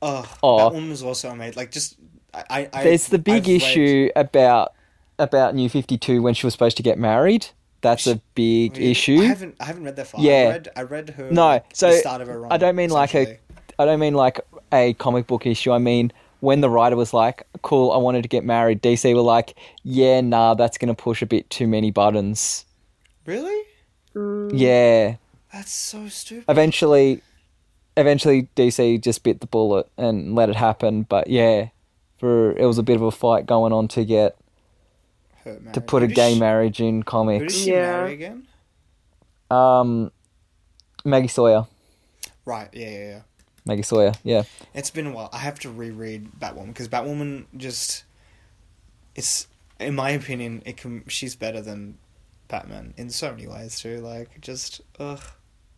Speaker 2: Oh,
Speaker 3: Aw.
Speaker 2: Batwoman is also amazing. Like, just I. I
Speaker 3: There's the big
Speaker 2: I've read-
Speaker 3: issue about about New Fifty Two when she was supposed to get married. That's a big
Speaker 2: Really? I
Speaker 3: issue.
Speaker 2: haven't. I haven't read that far.
Speaker 3: Yeah.
Speaker 2: I read, I read her.
Speaker 3: No,
Speaker 2: like,
Speaker 3: so
Speaker 2: the start of her run,
Speaker 3: I don't mean like a
Speaker 2: essentially.
Speaker 3: I don't mean like a comic book issue. I mean when the writer was like, "Cool, I wanted to get married," DC were like, "Yeah, nah, that's gonna push a bit too many buttons."
Speaker 2: Really?
Speaker 3: Yeah,
Speaker 2: That's so stupid.
Speaker 3: eventually eventually DC just bit the bullet and let it happen but yeah for it was a bit of a fight going on to get
Speaker 2: Her
Speaker 3: to put a gay marriage in
Speaker 2: Who did
Speaker 3: comics
Speaker 2: she
Speaker 1: Yeah.
Speaker 2: marry again?
Speaker 3: um Maggie Sawyer
Speaker 2: Right. Yeah. Yeah. yeah.
Speaker 3: Maggie Sawyer yeah
Speaker 2: It's been a while. I have to reread Batwoman because Batwoman just. It's in my opinion, it can. She's better than Batman in so many ways too. Like just ugh.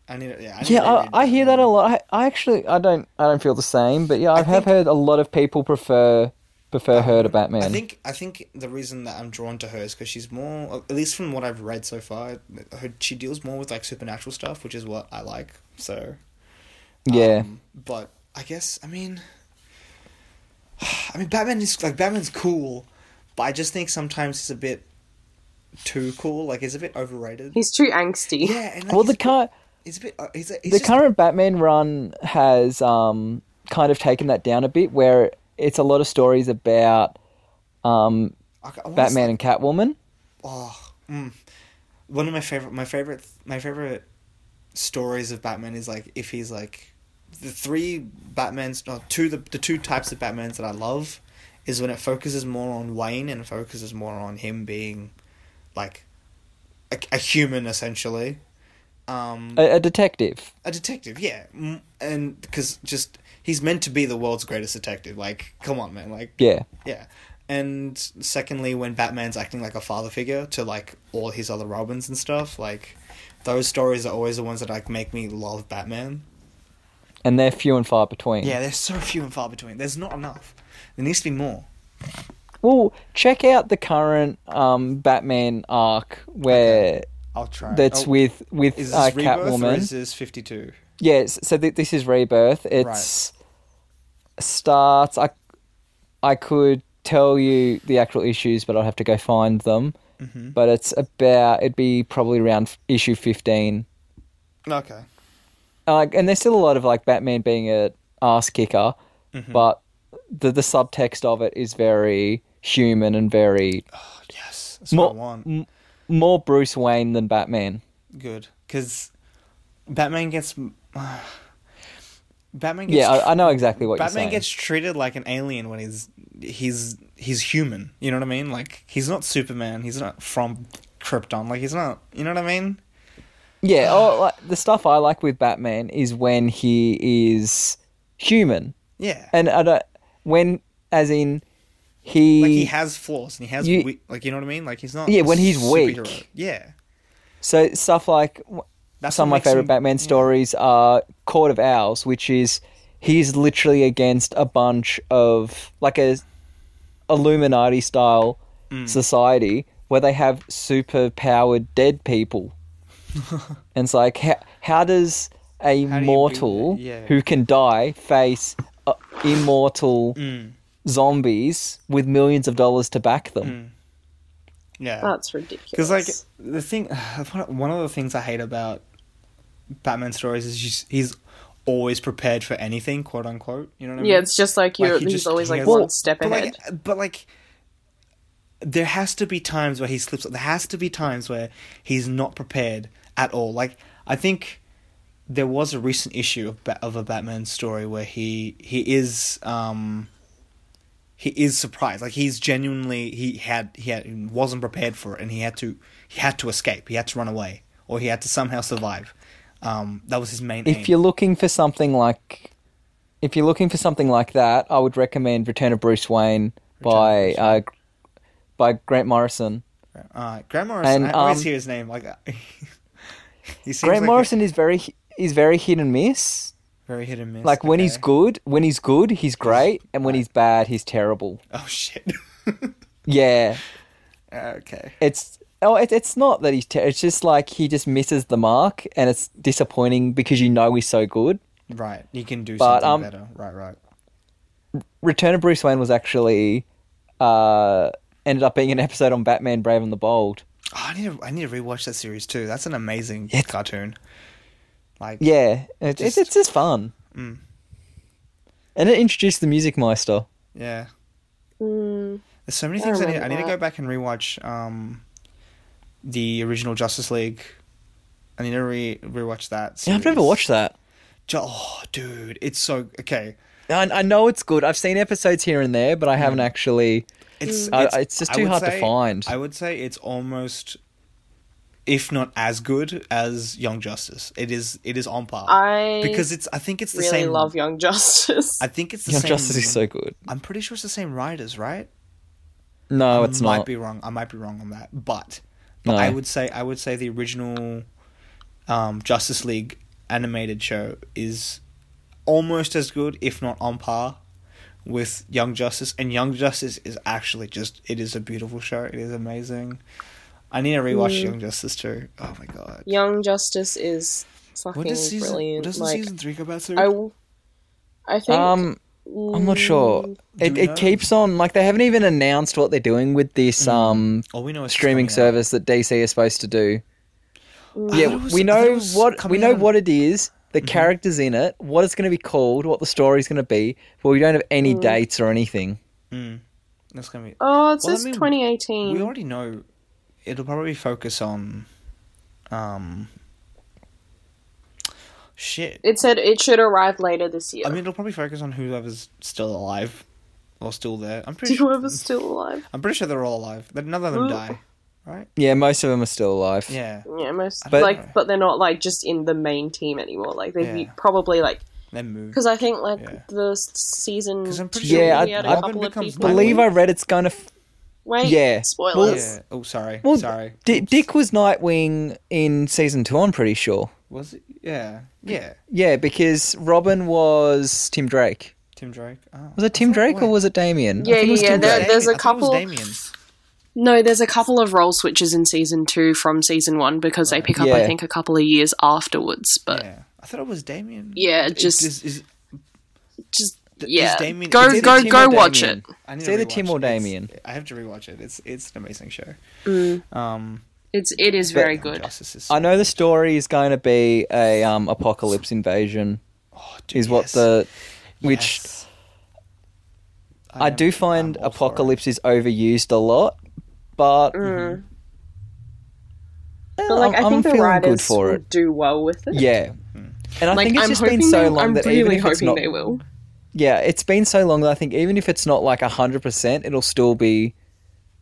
Speaker 2: I need. Yeah. I need to
Speaker 3: yeah I,
Speaker 2: reread
Speaker 3: I hear that a
Speaker 2: Batwoman.
Speaker 3: lot I, I actually I don't I don't feel the same but yeah I,
Speaker 2: I
Speaker 3: have
Speaker 2: think- Um,
Speaker 3: heard a lot of people prefer prefer her to Batman
Speaker 2: I think I think the reason that I'm drawn to her is because she's more, at least from what I've read so far, her, she deals more with like supernatural stuff, which is what I like. So
Speaker 3: yeah
Speaker 2: um, but I guess I mean, I mean Batman is like Batman's cool, but I just think sometimes he's a bit too cool. Like he's a bit overrated.
Speaker 1: He's too angsty.
Speaker 2: yeah, and like,
Speaker 3: well the
Speaker 2: he's-
Speaker 3: car
Speaker 2: He's a bit. uh, He's a. He's
Speaker 3: the
Speaker 2: just-
Speaker 3: current Batman run has um, kind of taken that down a bit, where it's a lot of stories about um,
Speaker 2: I, I wanna
Speaker 3: Batman and Catwoman.
Speaker 2: oh, mm. one of my favorite, my favorite, my favorite stories of Batman is like if he's like the three Batmans, no, two the the two types of Batmans that I love is when it focuses more on Wayne and focuses more on him being like a, a human essentially. Um,
Speaker 3: A, a detective.
Speaker 2: a detective, yeah, Mm, and because just he's meant to be the world's greatest detective. Like, come on, man, like
Speaker 3: Yeah.
Speaker 2: yeah. And secondly, when Batman's acting like a father figure to like all his other Robins and stuff, like those stories are always the ones that like make me love Batman.
Speaker 3: And they're few and far between.
Speaker 2: Yeah, there's so few and far between. There's not enough. There needs to be more.
Speaker 3: Well, check out the current um, Batman arc where
Speaker 2: I'll try.
Speaker 3: that's
Speaker 2: Oh,
Speaker 3: with with
Speaker 2: Is this
Speaker 3: uh,
Speaker 2: Rebirth or
Speaker 3: Catwoman.
Speaker 2: is this fifty two?
Speaker 3: Yes, so th- this is Rebirth. It's starts. I I could tell you the actual issues, but I'd have to go find them.
Speaker 2: Mm-hmm.
Speaker 3: But it's about it'd be probably around f- issue fifteen.
Speaker 2: Okay.
Speaker 3: Uh, and there's still a lot of like Batman being a ass kicker,
Speaker 2: Mm-hmm.
Speaker 3: but the the subtext of it is very human and very
Speaker 2: Oh, yes, that's
Speaker 3: more
Speaker 2: what I want.
Speaker 3: m- more Bruce Wayne than Batman.
Speaker 2: Good, because Batman gets. Batman gets.
Speaker 3: Yeah, I, I know exactly what you're
Speaker 2: Batman
Speaker 3: saying.
Speaker 2: gets treated like an alien when he's he's he's human. You know what I mean? Like he's not Superman. He's not from Krypton. Like he's not. You know what I mean?
Speaker 3: Yeah, oh, like, the stuff I like with Batman is when he is human,
Speaker 2: Yeah.
Speaker 3: and I don't, when, as in, he,
Speaker 2: like he has flaws and he has
Speaker 3: You-
Speaker 2: we- like you know what I mean? Like he's not.
Speaker 3: Yeah,
Speaker 2: a
Speaker 3: when he's weak.
Speaker 2: superhero. Yeah.
Speaker 3: so stuff like w-
Speaker 2: That's what
Speaker 3: some of my
Speaker 2: makes
Speaker 3: favorite
Speaker 2: him-
Speaker 3: Batman stories are Court of Owls, which is he's literally against a bunch of like a Illuminati style
Speaker 2: Mm.
Speaker 3: society where they have super powered dead people. and it's like how, how does a
Speaker 2: do you
Speaker 3: mortal
Speaker 2: beat that? Yeah.
Speaker 3: who can die face uh, immortal
Speaker 2: Mm.
Speaker 3: zombies with millions of dollars to back
Speaker 2: Mm.
Speaker 3: them?
Speaker 2: Yeah.
Speaker 1: That's ridiculous.
Speaker 2: Because like the thing, one of the things I hate about Batman stories is he's, he's always prepared for anything, quote unquote. You know what I mean?
Speaker 1: yeah, it's just like
Speaker 2: Like,
Speaker 1: you. are
Speaker 2: he
Speaker 1: he's
Speaker 2: just-
Speaker 1: always
Speaker 2: he
Speaker 1: like
Speaker 2: has-
Speaker 1: one step
Speaker 2: but
Speaker 1: ahead.
Speaker 2: Like, but like, there has to be times where he slips. There has to be times where he's not prepared at all. Like, I think there was a recent issue of, Ba- of a Batman story where he he is um he is surprised. Like he's genuinely he had he had, he wasn't prepared for it, and he had to he had to escape. He had to run away, or he had to somehow survive. Um, that was his main aim.
Speaker 3: if you're looking for something like if you're looking for something like that, I would recommend Return of Bruce Wayne by
Speaker 2: Bruce
Speaker 3: Uh, by Grant Morrison.
Speaker 2: Uh, Grant Morrison. I
Speaker 3: And,
Speaker 2: always
Speaker 3: um,
Speaker 2: hear his name. Like uh, he seems
Speaker 3: Grant
Speaker 2: like
Speaker 3: Morrison is very is very hit and miss.
Speaker 2: a very hit and miss.
Speaker 3: Like when he's
Speaker 2: okay.
Speaker 3: good, when he's good, he's great, and when he's bad, he's terrible.
Speaker 2: Oh shit.
Speaker 3: Yeah,
Speaker 2: okay.
Speaker 3: it's oh, it, it's not that he's. Ter- it's just like he just misses the mark, and it's disappointing because you know he's so good.
Speaker 2: Right. He can do
Speaker 3: But,
Speaker 2: something
Speaker 3: um,
Speaker 2: better. Right. Right.
Speaker 3: Return of Bruce Wayne was actually uh, ended up being an episode on Batman: Brave and the Bold.
Speaker 2: Oh, I need to. I need to rewatch that series too. That's an amazing cartoon. Like
Speaker 3: Yeah, it, it's
Speaker 2: Just- Mm.
Speaker 3: it's just fun. And it introduced the Music Meister.
Speaker 2: yeah.
Speaker 1: Mm,
Speaker 2: There's so many
Speaker 1: I
Speaker 2: things I, need.
Speaker 1: remember
Speaker 2: I need to
Speaker 1: that.
Speaker 2: go back and rewatch. Um, the original Justice League. I need to re rewatch that.
Speaker 3: Yeah, I've never
Speaker 2: series.
Speaker 3: watched that.
Speaker 2: Ju- Oh, dude, it's so okay.
Speaker 3: I, I know it's good. I've seen episodes here and there, but I haven't actually.
Speaker 2: Mm.
Speaker 1: Mm.
Speaker 2: It's
Speaker 3: I- Uh, it's just too
Speaker 2: would
Speaker 3: hard to find.
Speaker 2: I would say it's almost, if not as good as Young Justice. It is. It is on par.
Speaker 1: I
Speaker 2: because it's. I think it's the
Speaker 1: really
Speaker 2: same.
Speaker 1: love Young Justice.
Speaker 2: I think it's the
Speaker 3: Young
Speaker 2: same.
Speaker 3: Justice is so good.
Speaker 2: I'm pretty sure it's the same writers, right?
Speaker 3: No, it's
Speaker 2: might
Speaker 3: not.
Speaker 2: be wrong. I might be wrong on that, but, but
Speaker 3: No.
Speaker 2: I would say I would say the original um, Justice League animated show is almost as good, if not on par, with Young Justice. And Young Justice is actually just it is a beautiful show. It is amazing. I need to rewatch Young Justice too. Oh my god!
Speaker 1: Mm. Young Justice is fucking
Speaker 2: What does season? What
Speaker 1: brilliant.
Speaker 2: does
Speaker 1: like
Speaker 2: season three come out soon?
Speaker 1: I, w- I think
Speaker 3: Um, I'm not sure. It,
Speaker 2: we know?
Speaker 3: it keeps on like they haven't even announced what they're doing with this um
Speaker 2: All we know is Mm. it's coming
Speaker 3: streaming
Speaker 2: out.
Speaker 3: service that DC is supposed to
Speaker 2: I
Speaker 3: do. Yeah,
Speaker 2: thought it was-
Speaker 3: we
Speaker 2: I thought it
Speaker 3: know
Speaker 2: was
Speaker 3: what we
Speaker 2: coming
Speaker 3: know
Speaker 2: out- Mm-hmm.
Speaker 3: what it is, the characters in it, what it's going to be called, what the story's going to be, but we don't have any
Speaker 2: Mm.
Speaker 3: dates or anything.
Speaker 2: Hmm. That's gonna be.
Speaker 1: Oh, it
Speaker 2: Well, I
Speaker 1: says
Speaker 2: mean,
Speaker 1: 2018.
Speaker 2: We already know it'll probably focus on, um, shit.
Speaker 1: It said it should arrive later this year.
Speaker 2: I mean, it'll probably focus on whoever's still alive or still there. I'm pretty.
Speaker 1: Do
Speaker 2: Sure,
Speaker 1: you ever still alive?
Speaker 2: I'm pretty sure they're all alive. That none of them
Speaker 1: Well-
Speaker 2: die.
Speaker 3: Yeah, most of them are still alive.
Speaker 2: Yeah,
Speaker 1: Yeah, most
Speaker 2: don't
Speaker 1: like,
Speaker 2: know.
Speaker 1: but they're not like just in the main team anymore. Like they'd be
Speaker 2: Yeah.
Speaker 1: probably like
Speaker 2: they move.
Speaker 1: because I think like
Speaker 2: Yeah.
Speaker 1: the s- season.
Speaker 2: 'Cause I'm pretty
Speaker 1: two,
Speaker 3: sure Yeah,
Speaker 1: we
Speaker 3: I-
Speaker 1: had a
Speaker 3: I-
Speaker 1: couple
Speaker 2: Robin
Speaker 1: of
Speaker 2: becomes
Speaker 1: people.
Speaker 2: Black
Speaker 3: Believe I read it's going to. F-
Speaker 1: Wait,
Speaker 3: Yeah.
Speaker 1: spoilers.
Speaker 2: Yeah. Oh, sorry.
Speaker 3: well,
Speaker 2: sorry.
Speaker 3: D- Dick was Nightwing in season two. I'm pretty sure.
Speaker 2: Was it? Yeah. Yeah.
Speaker 3: Yeah, because Robin was Tim Drake.
Speaker 2: Tim Drake. Oh.
Speaker 3: Was it Tim Drake or was it Damien? I
Speaker 1: Yeah,
Speaker 3: think it was
Speaker 1: yeah,
Speaker 3: Tim
Speaker 1: there-
Speaker 3: Drake.
Speaker 1: there's a
Speaker 2: I thought it was
Speaker 1: couple-
Speaker 2: Damien.
Speaker 1: No, there's a couple of role switches in season two from season one because they pick up, I
Speaker 3: Yeah.
Speaker 1: think, a couple of years afterwards. But
Speaker 2: Yeah. I thought it was Damien.
Speaker 1: Yeah,
Speaker 2: It-
Speaker 1: just-
Speaker 2: is- is-
Speaker 1: just
Speaker 2: Th-
Speaker 1: yeah,
Speaker 2: is Damien- is
Speaker 1: go
Speaker 2: it
Speaker 1: go
Speaker 3: Tim
Speaker 1: go
Speaker 3: or
Speaker 1: watch
Speaker 3: Damien?
Speaker 1: it.
Speaker 2: I need
Speaker 3: It's either
Speaker 2: rewatch
Speaker 3: Tim
Speaker 2: it.
Speaker 3: or
Speaker 2: It's-
Speaker 3: Damien.
Speaker 2: I have to rewatch it. It's it's an amazing show. Um,
Speaker 1: It's it is Mm. very good.
Speaker 2: Justice is
Speaker 3: I know the story is going to be a um, apocalypse invasion.
Speaker 2: oh, dude,
Speaker 3: Is what
Speaker 2: yes.
Speaker 3: the which
Speaker 2: Yes.
Speaker 3: I
Speaker 2: am-
Speaker 3: do find
Speaker 2: I'm all for it.
Speaker 3: apocalypse is overused a lot, but. Eh,
Speaker 1: But Mm. like i
Speaker 3: I'm, I'm
Speaker 1: think the
Speaker 3: feeling
Speaker 1: writers
Speaker 3: good for
Speaker 1: will
Speaker 3: it.
Speaker 1: do well with it.
Speaker 3: Yeah. And I
Speaker 1: like
Speaker 3: think it's
Speaker 1: I'm
Speaker 3: just
Speaker 1: hoping
Speaker 3: been so
Speaker 1: they,
Speaker 3: long
Speaker 1: I'm
Speaker 3: that
Speaker 1: really
Speaker 3: even if
Speaker 1: hoping
Speaker 3: it's not
Speaker 1: they will.
Speaker 3: yeah, it's been so long that I think even if it's not like hundred percent, it'll still be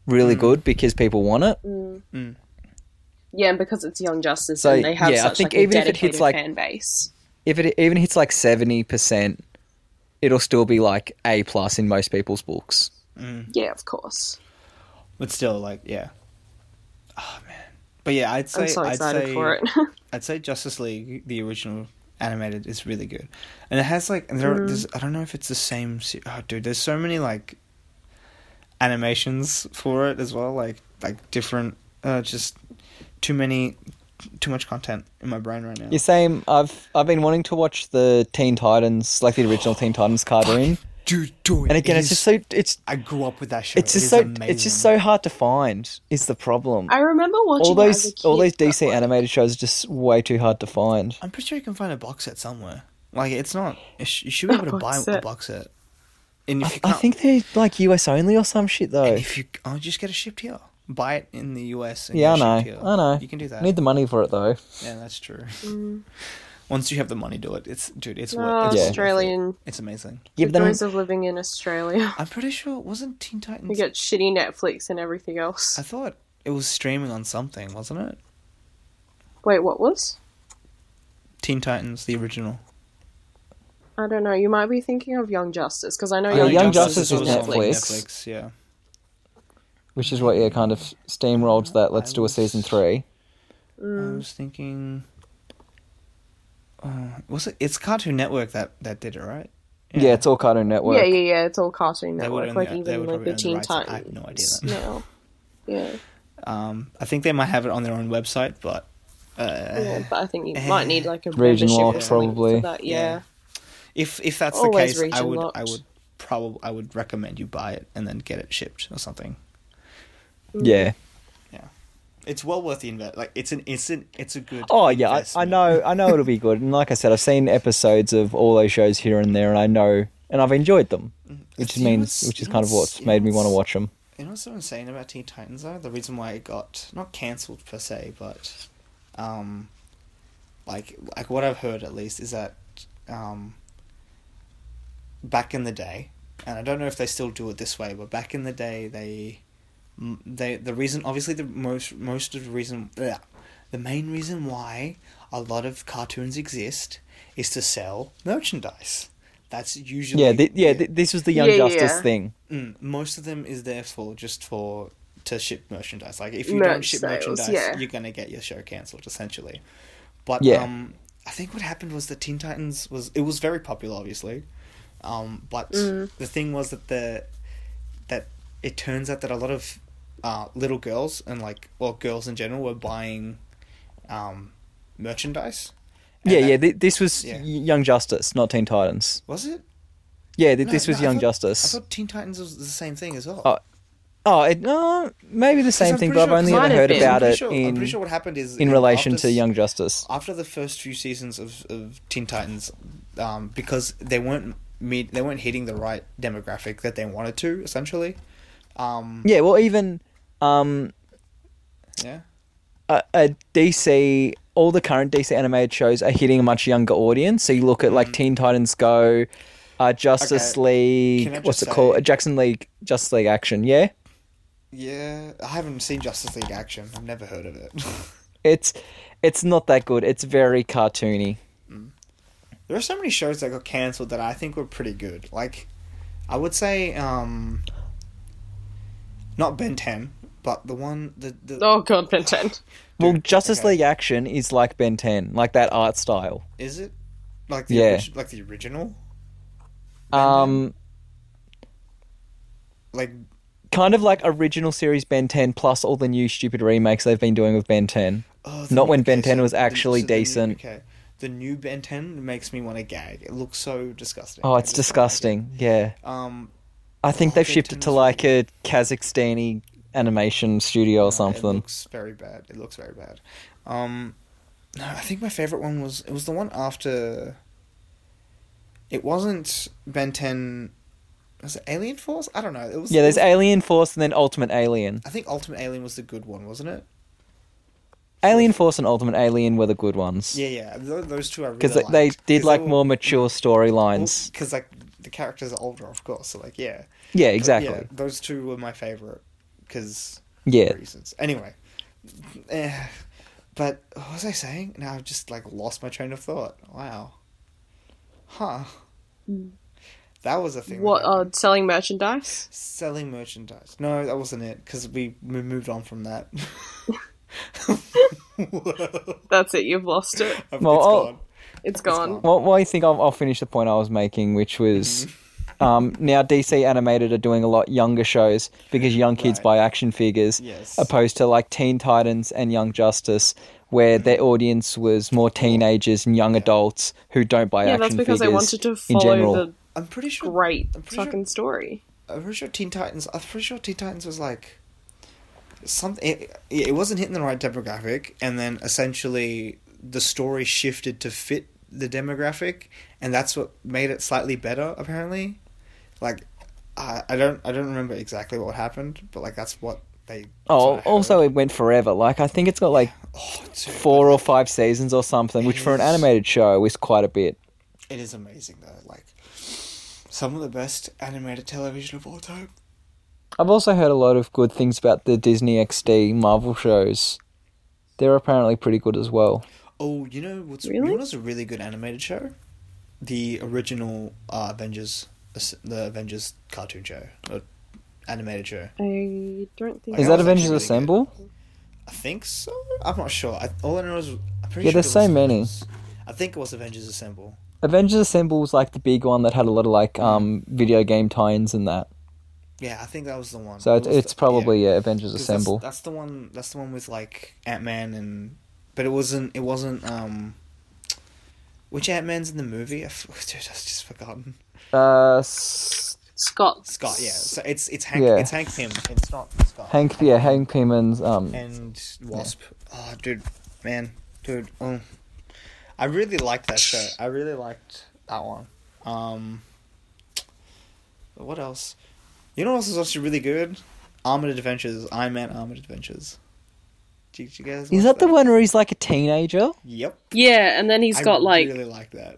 Speaker 3: really good because people want it.
Speaker 1: Mm. Yeah, and because it's Young Justice
Speaker 3: So,
Speaker 1: and they have
Speaker 3: yeah, I
Speaker 1: such
Speaker 3: think
Speaker 1: like,
Speaker 3: even
Speaker 1: a
Speaker 3: if it
Speaker 1: dedicated
Speaker 3: hits, like-
Speaker 1: fan base.
Speaker 3: If it even hits like seventy percent, it'll still be like a plus in most people's books. Mm.
Speaker 1: Yeah, of course.
Speaker 2: But still, like, yeah. Oh man. But yeah, I'd say
Speaker 1: I'm so
Speaker 2: I'd
Speaker 1: excited
Speaker 2: say,
Speaker 1: for it.
Speaker 2: I'd say Justice League, the original animated, is really good, and it has like and there.
Speaker 1: Hmm.
Speaker 2: Are, there's, I don't know if it's the same. Se- oh, dude, there's so many like animations for it as well. Like like different. Uh, just too many, too much content in my brain right now.
Speaker 3: You same. I've I've been wanting to watch the Teen Titans, like the original Teen Titans cartoon,
Speaker 2: Dude, do it.
Speaker 3: and again,
Speaker 2: It
Speaker 3: it's
Speaker 2: is-
Speaker 3: just so it's
Speaker 2: I grew up with that show.
Speaker 3: it's
Speaker 2: It
Speaker 3: just
Speaker 2: is
Speaker 3: so
Speaker 2: amazing.
Speaker 3: it's just so hard to find. Is the problem?
Speaker 1: I remember watching
Speaker 3: all
Speaker 1: it
Speaker 3: those
Speaker 1: as a kid,
Speaker 3: all those
Speaker 1: but,
Speaker 3: DC
Speaker 1: like,
Speaker 3: animated shows are just way too hard to find.
Speaker 2: I'm pretty sure you can find a box set somewhere. Like it's not. You sh- you should be able to
Speaker 1: box
Speaker 2: buy a
Speaker 1: set.
Speaker 2: box set. And if
Speaker 3: I,
Speaker 2: you
Speaker 3: I
Speaker 2: can't,
Speaker 3: think they're like US only or some shit though.
Speaker 2: if you oh, just get it shipped here, buy it in the US. And
Speaker 3: yeah, I
Speaker 2: get it
Speaker 3: know.
Speaker 2: shipped here.
Speaker 3: I know.
Speaker 2: You can do that.
Speaker 3: Need the money for it though.
Speaker 2: Yeah, that's true.
Speaker 1: Mm.
Speaker 2: Once you have the money, do it. It's dude. It's
Speaker 1: no,
Speaker 2: worth. It's worth it.
Speaker 3: Yeah.
Speaker 1: Oh, Australian
Speaker 2: It's amazing.
Speaker 3: Yeah,
Speaker 1: the
Speaker 3: but then
Speaker 1: joys of living in Australia.
Speaker 2: I'm pretty sure it wasn't Teen Titans.
Speaker 1: We get shitty Netflix and everything else.
Speaker 2: I thought it was streaming on something, wasn't it?
Speaker 1: Wait, what was?
Speaker 2: Teen Titans, the original.
Speaker 1: I don't know. You might be thinking of Young Justice because I know
Speaker 3: Yeah,
Speaker 1: Young,
Speaker 3: Oh, Young
Speaker 1: Oh, Justice,
Speaker 3: Justice
Speaker 1: is
Speaker 3: is
Speaker 1: on Netflix.
Speaker 3: Netflix.
Speaker 2: Netflix, yeah.
Speaker 3: which is what yeah kind of steamrolled that. Let's do a season three.
Speaker 2: I was thinking. Uh, was it? It's Cartoon Network that that did it, right?
Speaker 3: Yeah, it's all Cartoon Network.
Speaker 1: Yeah, yeah, yeah. It's all Cartoon
Speaker 2: They would
Speaker 1: Network.
Speaker 2: own
Speaker 1: Like
Speaker 2: the- they
Speaker 1: even
Speaker 2: would
Speaker 1: like
Speaker 2: probably
Speaker 1: the
Speaker 2: own the
Speaker 1: Teen
Speaker 2: rights. I have
Speaker 1: Titans.
Speaker 2: no idea
Speaker 1: now. Yeah,
Speaker 2: Um, I think they might have it on their own website, but uh,
Speaker 1: yeah, but I think you might need like a
Speaker 3: Region
Speaker 1: membership
Speaker 3: lock,
Speaker 1: or something
Speaker 3: probably.
Speaker 1: For that. Yeah.
Speaker 2: Yeah. if if that's the
Speaker 1: Always
Speaker 2: case, I
Speaker 1: region
Speaker 2: would I
Speaker 1: locked.
Speaker 2: would probably I would recommend you buy it and then get it shipped or something.
Speaker 3: Yeah.
Speaker 2: It's well worth the invest. Like it's an it's an it's a good.
Speaker 3: Oh yeah, I, I
Speaker 2: investment.
Speaker 3: know. I know it'll be good. And like I said, I've seen episodes of all those shows here and there, and I know, and I've enjoyed them,
Speaker 2: Mm,
Speaker 3: which
Speaker 2: You know
Speaker 3: means
Speaker 2: what's-
Speaker 3: which is
Speaker 2: you know
Speaker 3: kind of
Speaker 2: what's-
Speaker 3: what's
Speaker 2: you
Speaker 3: made
Speaker 2: know
Speaker 3: me want to
Speaker 2: what's-
Speaker 3: watch them.
Speaker 2: You know what's so insane about Teen Titans though? The reason why it got not cancelled per se, but um like like what I've heard at least is that um back in the day, and I don't know if they still do it this way, but back in the day they m- they the reason obviously the most most of the reason bleh, the main reason why a lot of cartoons exist is to sell merchandise. That's usually
Speaker 3: Yeah, th- yeah. Th- this was the Young
Speaker 1: Yeah, yeah,
Speaker 3: Justice
Speaker 1: yeah.
Speaker 3: thing.
Speaker 2: Mm, most of them is there for just for to ship merchandise. Like if you don't
Speaker 1: Merch
Speaker 2: ship
Speaker 1: sales,
Speaker 2: merchandise,
Speaker 1: yeah.
Speaker 2: you're gonna get your show cancelled essentially. But
Speaker 3: Yeah.
Speaker 2: um, I think what happened was the Teen Titans was it was very popular, obviously. Um, but
Speaker 1: Mm.
Speaker 2: the thing was that the that it turns out that a lot of uh, little girls and like or girls in general were buying um, merchandise. And
Speaker 3: Yeah,
Speaker 2: that-
Speaker 3: yeah. Th- this was
Speaker 2: yeah.
Speaker 3: y Young Justice, not Teen Titans.
Speaker 2: Was it?
Speaker 3: Yeah, th- this
Speaker 2: No,
Speaker 3: was
Speaker 2: no, I
Speaker 3: Young
Speaker 2: thought-
Speaker 3: Justice.
Speaker 2: I thought Teen Titans was the same thing as well.
Speaker 3: Oh, Oh, it, no, maybe the same
Speaker 2: I'm
Speaker 3: thing,
Speaker 2: pretty
Speaker 3: but
Speaker 2: sure-
Speaker 3: I've only
Speaker 1: Might
Speaker 3: ever
Speaker 1: have
Speaker 3: heard
Speaker 1: been.
Speaker 3: about
Speaker 1: I'm
Speaker 2: pretty
Speaker 3: it
Speaker 2: sure- I'm
Speaker 3: in
Speaker 2: pretty sure what happened is
Speaker 3: in relation
Speaker 2: after-
Speaker 3: to Young Justice.
Speaker 2: after the first few seasons of, of Teen Titans, um, because they weren't meet, they weren't hitting the right demographic that they wanted to essentially. Um,
Speaker 3: Yeah, well, even um,
Speaker 2: yeah,
Speaker 3: a, a DC, all the current DC animated shows are hitting a much younger audience. So you look at like Teen Titans Go, uh,
Speaker 2: Mm. Okay.
Speaker 3: Justice
Speaker 2: Can I
Speaker 3: League,
Speaker 2: just
Speaker 3: what's it
Speaker 2: say-
Speaker 3: called? Uh, Jackson League, Justice League Action. Yeah,
Speaker 2: yeah. I haven't seen Justice League action. I've never heard of it.
Speaker 3: it's it's not that good. It's very cartoony.
Speaker 2: there are so many shows that got cancelled that I think were pretty good. Like, I would say, um, not Ben Ten, but the one the the
Speaker 1: Oh god, Ben 10.
Speaker 3: Well,
Speaker 2: Dude,
Speaker 3: Justice
Speaker 2: okay.
Speaker 3: League Action is like Ben 10, like that art style.
Speaker 2: is it like the
Speaker 3: Yeah.
Speaker 2: orig- like the original
Speaker 3: Um,
Speaker 2: like
Speaker 3: kind of like original series Ben 10 plus all the new stupid remakes they've been doing with Ben 10.
Speaker 2: Oh,
Speaker 3: Not when Ben 10 was
Speaker 2: the-
Speaker 3: actually
Speaker 2: the new-
Speaker 3: decent.
Speaker 2: okay, the new Ben 10 makes me want to gag. It looks so disgusting.
Speaker 3: Oh,
Speaker 2: I
Speaker 3: it's
Speaker 2: just can't get
Speaker 3: disgusting. Yeah.
Speaker 2: it. Um,
Speaker 3: I think
Speaker 2: Oh,
Speaker 3: they've
Speaker 2: Ben
Speaker 3: shipped
Speaker 2: 10
Speaker 3: it to
Speaker 2: was
Speaker 3: like a Kazakhstani animation studio or
Speaker 2: It
Speaker 3: something.
Speaker 2: looks very bad. It looks very bad. Um, no, I think my favorite one was it was the one after. It wasn't Ben 10. Was it Alien Force? I don't know. It was
Speaker 3: Yeah, there's
Speaker 2: it was-
Speaker 3: Alien Force and then Ultimate Alien.
Speaker 2: I think Ultimate Alien was the good one, wasn't it?
Speaker 3: Alien Force and Ultimate Alien were the good ones.
Speaker 2: Yeah, yeah. tho- Those two I really
Speaker 3: Because they, they
Speaker 2: liked,
Speaker 3: did
Speaker 2: 'cause
Speaker 3: like
Speaker 2: were-
Speaker 3: more mature storylines.
Speaker 2: Because like the characters are older, of course. So like, yeah.
Speaker 3: Yeah,
Speaker 2: But,
Speaker 3: exactly.
Speaker 2: yeah, those two were my favorite because
Speaker 3: Yeah.
Speaker 2: reasons. Anyway, eh, but what was I saying? Now I've just like lost my train of thought. Wow, huh? That was a thing.
Speaker 1: What,
Speaker 2: that happened.
Speaker 1: uh, selling merchandise?
Speaker 2: selling merchandise? No, that wasn't it because we we moved on from that. Whoa.
Speaker 1: That's it, you've lost it.
Speaker 2: It's
Speaker 3: Well, oh. I'll-
Speaker 2: gone.
Speaker 1: It's gone.
Speaker 2: gone.
Speaker 3: Well, well, I think I'll, I'll finish the point I was making, which was
Speaker 2: Mm-hmm.
Speaker 3: um, now DC animated are doing a lot younger shows because young kids
Speaker 2: Right.
Speaker 3: buy action figures,
Speaker 2: Yes.
Speaker 3: opposed to like Teen Titans and Young Justice, where
Speaker 2: Mm-hmm.
Speaker 3: their audience was more teenagers and young adults who don't buy
Speaker 1: Yeah,
Speaker 3: action
Speaker 1: that's because I
Speaker 3: figures
Speaker 1: wanted to
Speaker 3: in general.
Speaker 1: follow
Speaker 2: I'm pretty sure.
Speaker 1: the great
Speaker 2: I'm pretty sure-
Speaker 1: fucking story.
Speaker 2: I'm pretty sure Teen Titans. I'm pretty sure Teen Titans was like something. It, it wasn't hitting the right demographic, and then essentially the story shifted to fit the demographic, and that's what made it slightly better. Apparently, like I, I don't I don't remember exactly what happened, but like that's what they. that's
Speaker 3: Oh,
Speaker 2: what I
Speaker 3: also
Speaker 2: heard.
Speaker 3: it went forever. Like I think it's got like
Speaker 2: oh, dude,
Speaker 3: four or five seasons or something, which for an
Speaker 2: Yes.
Speaker 3: animated show is quite a bit.
Speaker 2: It is amazing though. Like some of the best animated television of all time.
Speaker 3: I've also heard a lot of good things about the Disney XD Marvel shows. They're apparently pretty good as well.
Speaker 2: Oh, you know what's you
Speaker 1: Really?
Speaker 2: know what's a really good animated show? The original uh, Avengers, the Avengers cartoon show, or animated show.
Speaker 1: I don't think
Speaker 2: Like,
Speaker 3: Is
Speaker 2: that
Speaker 3: that
Speaker 2: was
Speaker 3: Avengers
Speaker 2: actually really good.
Speaker 3: Assemble?
Speaker 2: I think so. I'm not sure. I, all I know is I'm pretty
Speaker 3: Yeah,
Speaker 2: sure
Speaker 3: there's
Speaker 2: it
Speaker 3: so
Speaker 2: was
Speaker 3: many.
Speaker 2: Avengers. I think it was Avengers Assemble.
Speaker 3: Avengers Assemble was like the big one that had a lot of like um video game tie-ins and that.
Speaker 2: Yeah, I think that was the one.
Speaker 3: So
Speaker 2: It
Speaker 3: it's,
Speaker 2: was the-
Speaker 3: it's probably
Speaker 2: yeah.
Speaker 3: yeah, Avengers
Speaker 2: 'Cause
Speaker 3: Assemble.
Speaker 2: That's, that's the one. That's the one with like Ant Man and, but it wasn't. It wasn't. um Which Ant Man's in the movie? I f- dude, I've just forgotten.
Speaker 3: Uh, s-
Speaker 1: Scott.
Speaker 2: Scott. Yeah. So it's it's Hank.
Speaker 3: Yeah.
Speaker 2: It's Hank Pym. It's not Scott.
Speaker 3: Hank yeah Hank Pym's um
Speaker 2: and Wasp. Oh, dude, man, dude. Oh, I really liked that show. I really liked that one. Um, what else? You know what else is actually really good? Armored Adventures. Iron Man Armored Adventures. Did you guys?
Speaker 3: is
Speaker 2: watch
Speaker 3: that the one where he's like a teenager?
Speaker 2: Yep.
Speaker 1: Yeah, and then he's
Speaker 2: I
Speaker 1: got like,
Speaker 2: really like that.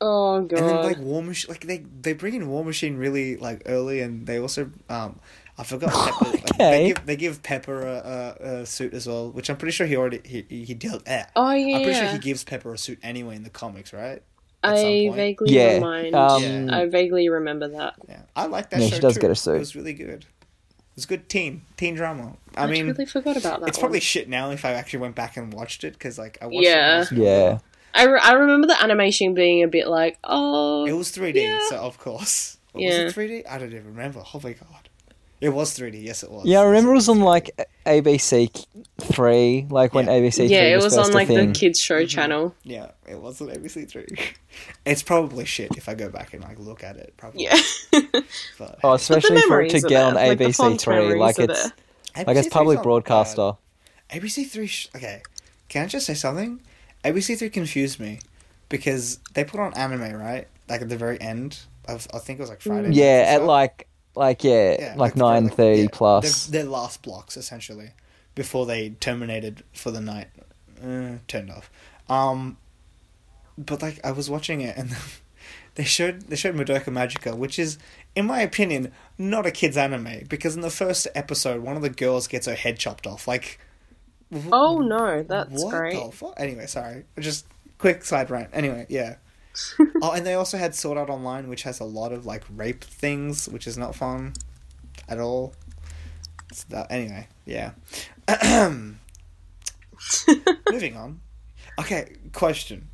Speaker 1: oh god.
Speaker 2: And then like War Machine, like they they bring in War Machine really like early, and they also um I forgot Pepper. like,
Speaker 3: Okay.
Speaker 2: they give they give Pepper a, a, a suit as well, which I'm pretty sure he already he he dealt. Eh.
Speaker 1: oh yeah.
Speaker 2: I'm pretty sure he gives Pepper a suit anyway in the comics, right? at some
Speaker 1: I
Speaker 2: point.
Speaker 1: vaguely
Speaker 3: Yeah.
Speaker 1: remind.
Speaker 3: Um,
Speaker 1: I vaguely remember that.
Speaker 2: Yeah, I like that
Speaker 3: Yeah,
Speaker 2: show.
Speaker 3: she does
Speaker 2: too.
Speaker 3: get a suit.
Speaker 2: It was really good. It was good teen teen drama. I,
Speaker 1: I,
Speaker 2: mean,
Speaker 1: totally forgot about that.
Speaker 2: it's
Speaker 1: one.
Speaker 2: probably shit now if I actually went back and watched it because like I watched
Speaker 1: Yeah.
Speaker 2: it. when I was younger.
Speaker 3: Yeah.
Speaker 1: I, re- I remember the animation being a bit like, oh,
Speaker 2: It was 3D,
Speaker 1: Yeah.
Speaker 2: so of course. Or
Speaker 1: Yeah.
Speaker 2: Was it 3D? I don't even remember. Oh my god. It was 3D. Yes, it was.
Speaker 3: Yeah, I
Speaker 2: Yes,
Speaker 3: remember it
Speaker 2: was.
Speaker 3: was on like ABC three, like when
Speaker 2: Yeah.
Speaker 3: ABC
Speaker 1: yeah,
Speaker 3: three
Speaker 1: it
Speaker 3: was,
Speaker 1: was
Speaker 3: first
Speaker 1: on
Speaker 3: a
Speaker 1: like the
Speaker 3: thing.
Speaker 1: kids show
Speaker 2: Mm-hmm.
Speaker 1: channel.
Speaker 2: Yeah, it wasn't ABC Three. it's probably shit if I go back and like look at it. Probably.
Speaker 1: Yeah,
Speaker 2: But,
Speaker 3: Oh,
Speaker 1: But
Speaker 3: especially for it to
Speaker 1: memories are
Speaker 3: get on
Speaker 1: there, like, the
Speaker 3: ABC
Speaker 1: fond
Speaker 3: three,
Speaker 1: memories
Speaker 3: like
Speaker 1: are
Speaker 3: it's
Speaker 1: there.
Speaker 3: like it's
Speaker 2: ABC3's
Speaker 3: public
Speaker 2: not
Speaker 3: broadcaster.
Speaker 2: bad. ABC Three. Sh- okay, can I just say something? ABC Three confused me because they put on anime right, like at the very end. Of, I think it was like Friday. nights
Speaker 3: Mm, Yeah,
Speaker 2: and
Speaker 3: at
Speaker 2: stuff.
Speaker 3: like like yeah,
Speaker 2: Yeah,
Speaker 3: like
Speaker 2: the very-
Speaker 3: nine thirty
Speaker 2: yeah,
Speaker 3: plus.
Speaker 2: Their, their last blocks essentially before they terminated for the night, uh, turned off. Um, but like I was watching it and they showed they showed Madoka Magica, which is in my opinion not a kids anime because in the first episode one of the girls gets her head chopped off. Like, w-
Speaker 1: Oh no, that's
Speaker 2: what
Speaker 1: great.
Speaker 2: the fu- Anyway, sorry, just quick side rant. Anyway, yeah. oh, and they also had Sword Art Online, which has a lot of like rape things, which is not fun at all. It's that- anyway, yeah. Moving on. Okay, question.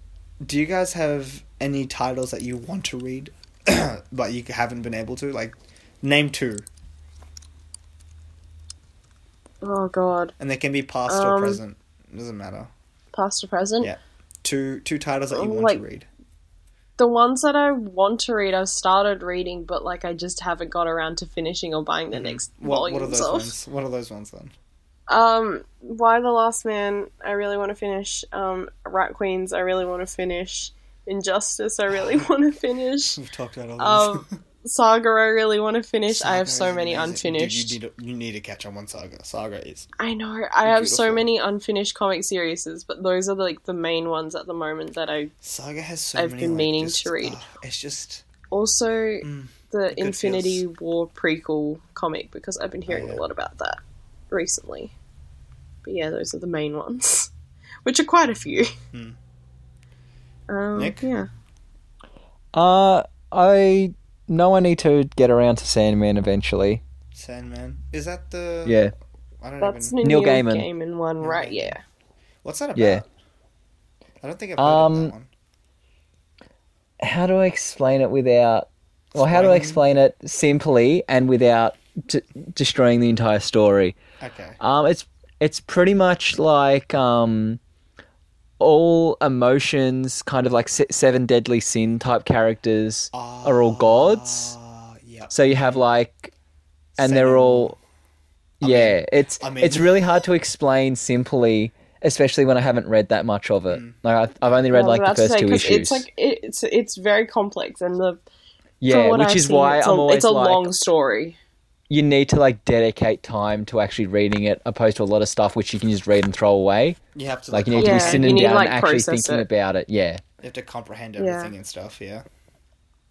Speaker 2: Do you guys have any titles that you want to read, but you haven't been able to? Like, name two,
Speaker 1: Oh god,
Speaker 2: and they can be past or
Speaker 1: Um,
Speaker 2: present. It doesn't matter.
Speaker 1: past or present.
Speaker 2: Yeah. Two two titles that you want
Speaker 1: Like-
Speaker 2: to read.
Speaker 1: The ones that I want to read, I've started reading, but like I just haven't got around to finishing or buying the next
Speaker 2: Mm-hmm. What, what are
Speaker 1: volumes
Speaker 2: those
Speaker 1: of.
Speaker 2: ones? What are those ones then?
Speaker 1: Um, Why the Last Man? I really want to finish. Um, Rat Queens. I really want to finish. Injustice. I really want to finish.
Speaker 2: We've talked about all
Speaker 1: Um,
Speaker 2: these.
Speaker 1: Saga. I really want to finish. I have
Speaker 2: Saga
Speaker 1: so
Speaker 2: is
Speaker 1: many
Speaker 2: amazing. Dude,
Speaker 1: unfinished.
Speaker 2: you, need to, you need to catch on one saga. Saga is
Speaker 1: I know. I have so
Speaker 2: Beautiful.
Speaker 1: many unfinished comic series, but those are like the main ones at the moment that I
Speaker 2: saga has so
Speaker 1: I've
Speaker 2: many.
Speaker 1: been
Speaker 2: like,
Speaker 1: meaning
Speaker 2: just-
Speaker 1: to read.
Speaker 2: ah, it's just
Speaker 1: also
Speaker 2: Mm,
Speaker 1: the
Speaker 2: good
Speaker 1: Infinity War prequel comic because I've been hearing
Speaker 2: yeah.
Speaker 1: a lot about that recently. But yeah, those are the main ones, which are quite a few.
Speaker 2: Hmm.
Speaker 1: Um,
Speaker 2: Nick?
Speaker 1: Yeah.
Speaker 3: Uh, I know I need to get around to Sandman eventually.
Speaker 2: Sandman. Is that the?
Speaker 3: Yeah,
Speaker 2: I don't
Speaker 1: That's
Speaker 2: even.
Speaker 1: the
Speaker 3: Neil
Speaker 1: Neil,
Speaker 3: Gaiman.
Speaker 1: Gaiman. one, right?
Speaker 2: Gaiman.
Speaker 1: Yeah.
Speaker 2: What's that about?
Speaker 3: yeah.
Speaker 2: I don't think I've heard of
Speaker 3: Um,
Speaker 2: that one.
Speaker 3: How do I explain it without? Well, how do I explain it simply and without d- destroying the entire story?
Speaker 2: Okay.
Speaker 3: Um, it's it's pretty much like um, all emotions, kind of like se- seven deadly sin type characters are all gods.
Speaker 2: Ah, yeah.
Speaker 3: So you have like, and
Speaker 2: Seven.
Speaker 3: they're all, yeah. it's
Speaker 2: I mean-
Speaker 3: it's really hard to explain simply, especially when I haven't read that much of it.
Speaker 2: Mm.
Speaker 3: Like I, I've only read
Speaker 1: I was
Speaker 3: like
Speaker 1: about
Speaker 3: the
Speaker 1: to
Speaker 3: first
Speaker 1: say,
Speaker 3: two
Speaker 1: 'cause
Speaker 3: issues.
Speaker 1: It's like it- it's it's very complex, and the
Speaker 3: yeah,
Speaker 1: from what
Speaker 3: which
Speaker 1: I've
Speaker 3: is
Speaker 1: seen,
Speaker 3: why
Speaker 1: it's
Speaker 3: I'm
Speaker 1: a,
Speaker 3: always
Speaker 1: it's a
Speaker 3: like,
Speaker 1: long story.
Speaker 3: you need to like dedicate time to actually reading it, opposed to a lot of stuff which you can just read and throw away.
Speaker 2: You have to
Speaker 3: Like
Speaker 2: like,
Speaker 3: you need
Speaker 1: Yeah,
Speaker 3: to be
Speaker 1: you
Speaker 3: sitting
Speaker 1: need to,
Speaker 3: down
Speaker 1: like,
Speaker 3: and actually
Speaker 1: process
Speaker 3: thinking
Speaker 1: it.
Speaker 3: about it. Yeah.
Speaker 2: you have to comprehend
Speaker 1: Yeah.
Speaker 2: everything and stuff. Yeah.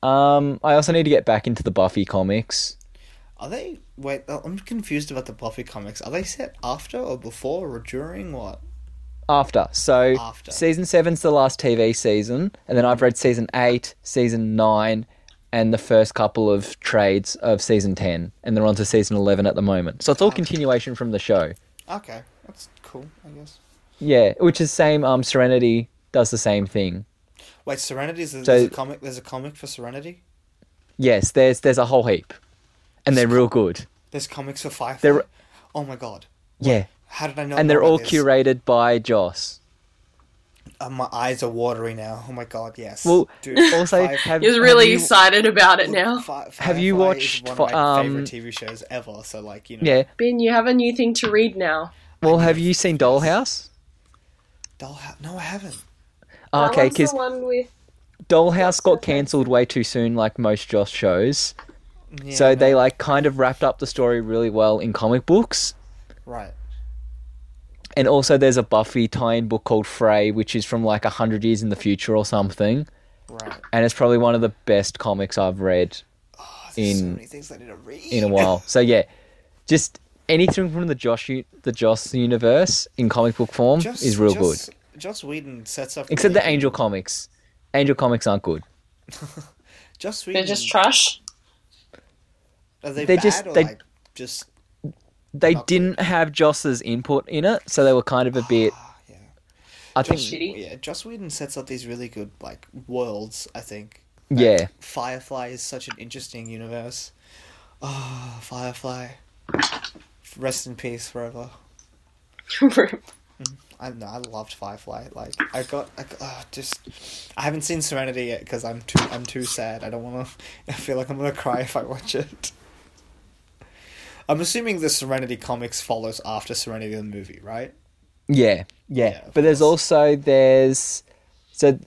Speaker 3: Um, I also need to get back into the Buffy comics.
Speaker 2: Are they? Wait, oh, I'm confused about the Buffy comics. Are they set after or before or during what?
Speaker 3: After. So
Speaker 2: After.
Speaker 3: season seven's the last TV season, and then I've read season eight, season nine, and the first couple of trades of season ten, and they're on to season eleven at the moment. So it's all continuation from the show.
Speaker 2: Okay, that's cool. I guess.
Speaker 3: Yeah, which is same. Um, Serenity does the same thing.
Speaker 2: Wait, Serenity is
Speaker 3: So-
Speaker 2: a comic. There's a comic for Serenity.
Speaker 3: Yes, there's there's a whole heap, and they're real good.
Speaker 2: There's comics for Firefly.
Speaker 3: They're-
Speaker 2: Oh my god!
Speaker 3: Yeah,
Speaker 2: How did I know?
Speaker 3: and they're
Speaker 2: about
Speaker 3: all
Speaker 2: this?
Speaker 3: curated by Joss.
Speaker 2: Uh, my eyes are watery now. Oh my god! Yes.
Speaker 3: Well,
Speaker 2: Dude,
Speaker 3: also
Speaker 2: Fi-
Speaker 3: have
Speaker 1: He's really
Speaker 3: have you-
Speaker 1: excited about it
Speaker 2: Fi-
Speaker 1: now.
Speaker 2: Firefly
Speaker 3: have you
Speaker 2: is
Speaker 3: watched
Speaker 2: one of my
Speaker 3: Fi-
Speaker 2: favorite
Speaker 3: um,
Speaker 2: TV shows ever? So like you know,
Speaker 3: Yeah.
Speaker 1: Ben, you have a new thing to read now.
Speaker 3: Well, have you seen Dollhouse?
Speaker 2: they'll ha- no, I haven't.
Speaker 1: That
Speaker 3: Oh, Okay,
Speaker 1: one's the
Speaker 3: because
Speaker 1: one with
Speaker 3: Dollhouse got cancelled way too soon, like most Joss shows.
Speaker 2: Yeah,
Speaker 3: so
Speaker 2: no,
Speaker 3: they like kind of wrapped up the story really well in comic books.
Speaker 2: right.
Speaker 3: And also, there's a Buffy tie-in book called Frey, which is from like hundred years in the future or something,
Speaker 2: Right.
Speaker 3: and it's probably one of the best comics I've read
Speaker 2: Oh, there's so
Speaker 3: in-
Speaker 2: many things I need to read.
Speaker 3: in a while. so yeah, just anything from the Josh u- the Joss universe in comic book form
Speaker 2: Joss-
Speaker 3: is real
Speaker 2: Joss-
Speaker 3: good.
Speaker 2: Joss Whedon sets up.
Speaker 3: Except the
Speaker 2: really-
Speaker 3: Angel comics. Angel comics aren't good.
Speaker 2: Joss
Speaker 1: they're
Speaker 2: Whedon.
Speaker 1: just trash.
Speaker 2: Are they
Speaker 3: they're
Speaker 2: bad
Speaker 3: just-
Speaker 2: or
Speaker 3: they-
Speaker 2: like just?
Speaker 3: They
Speaker 2: Not good.
Speaker 3: didn't have Joss's input in it, so they were kind of a bit.
Speaker 2: oh, Yeah.
Speaker 3: I
Speaker 2: Joss-
Speaker 3: think
Speaker 1: Shitty.
Speaker 2: Yeah, Joss Whedon sets up these really good like worlds. I think.
Speaker 3: yeah.
Speaker 2: Firefly is such an interesting universe. Ah, Oh, Firefly. Rest in peace forever.
Speaker 1: Rip.
Speaker 2: I don't know. I loved Firefly. Like I got, I got oh, just I haven't seen Serenity yet because I'm too I'm too sad. I don't want to. I feel like I'm gonna cry if I watch it. I'm assuming the Serenity comics follows after Serenity the movie, right?
Speaker 3: Yeah, yeah.
Speaker 2: Yeah, of
Speaker 3: but there's
Speaker 2: course.
Speaker 3: also there's so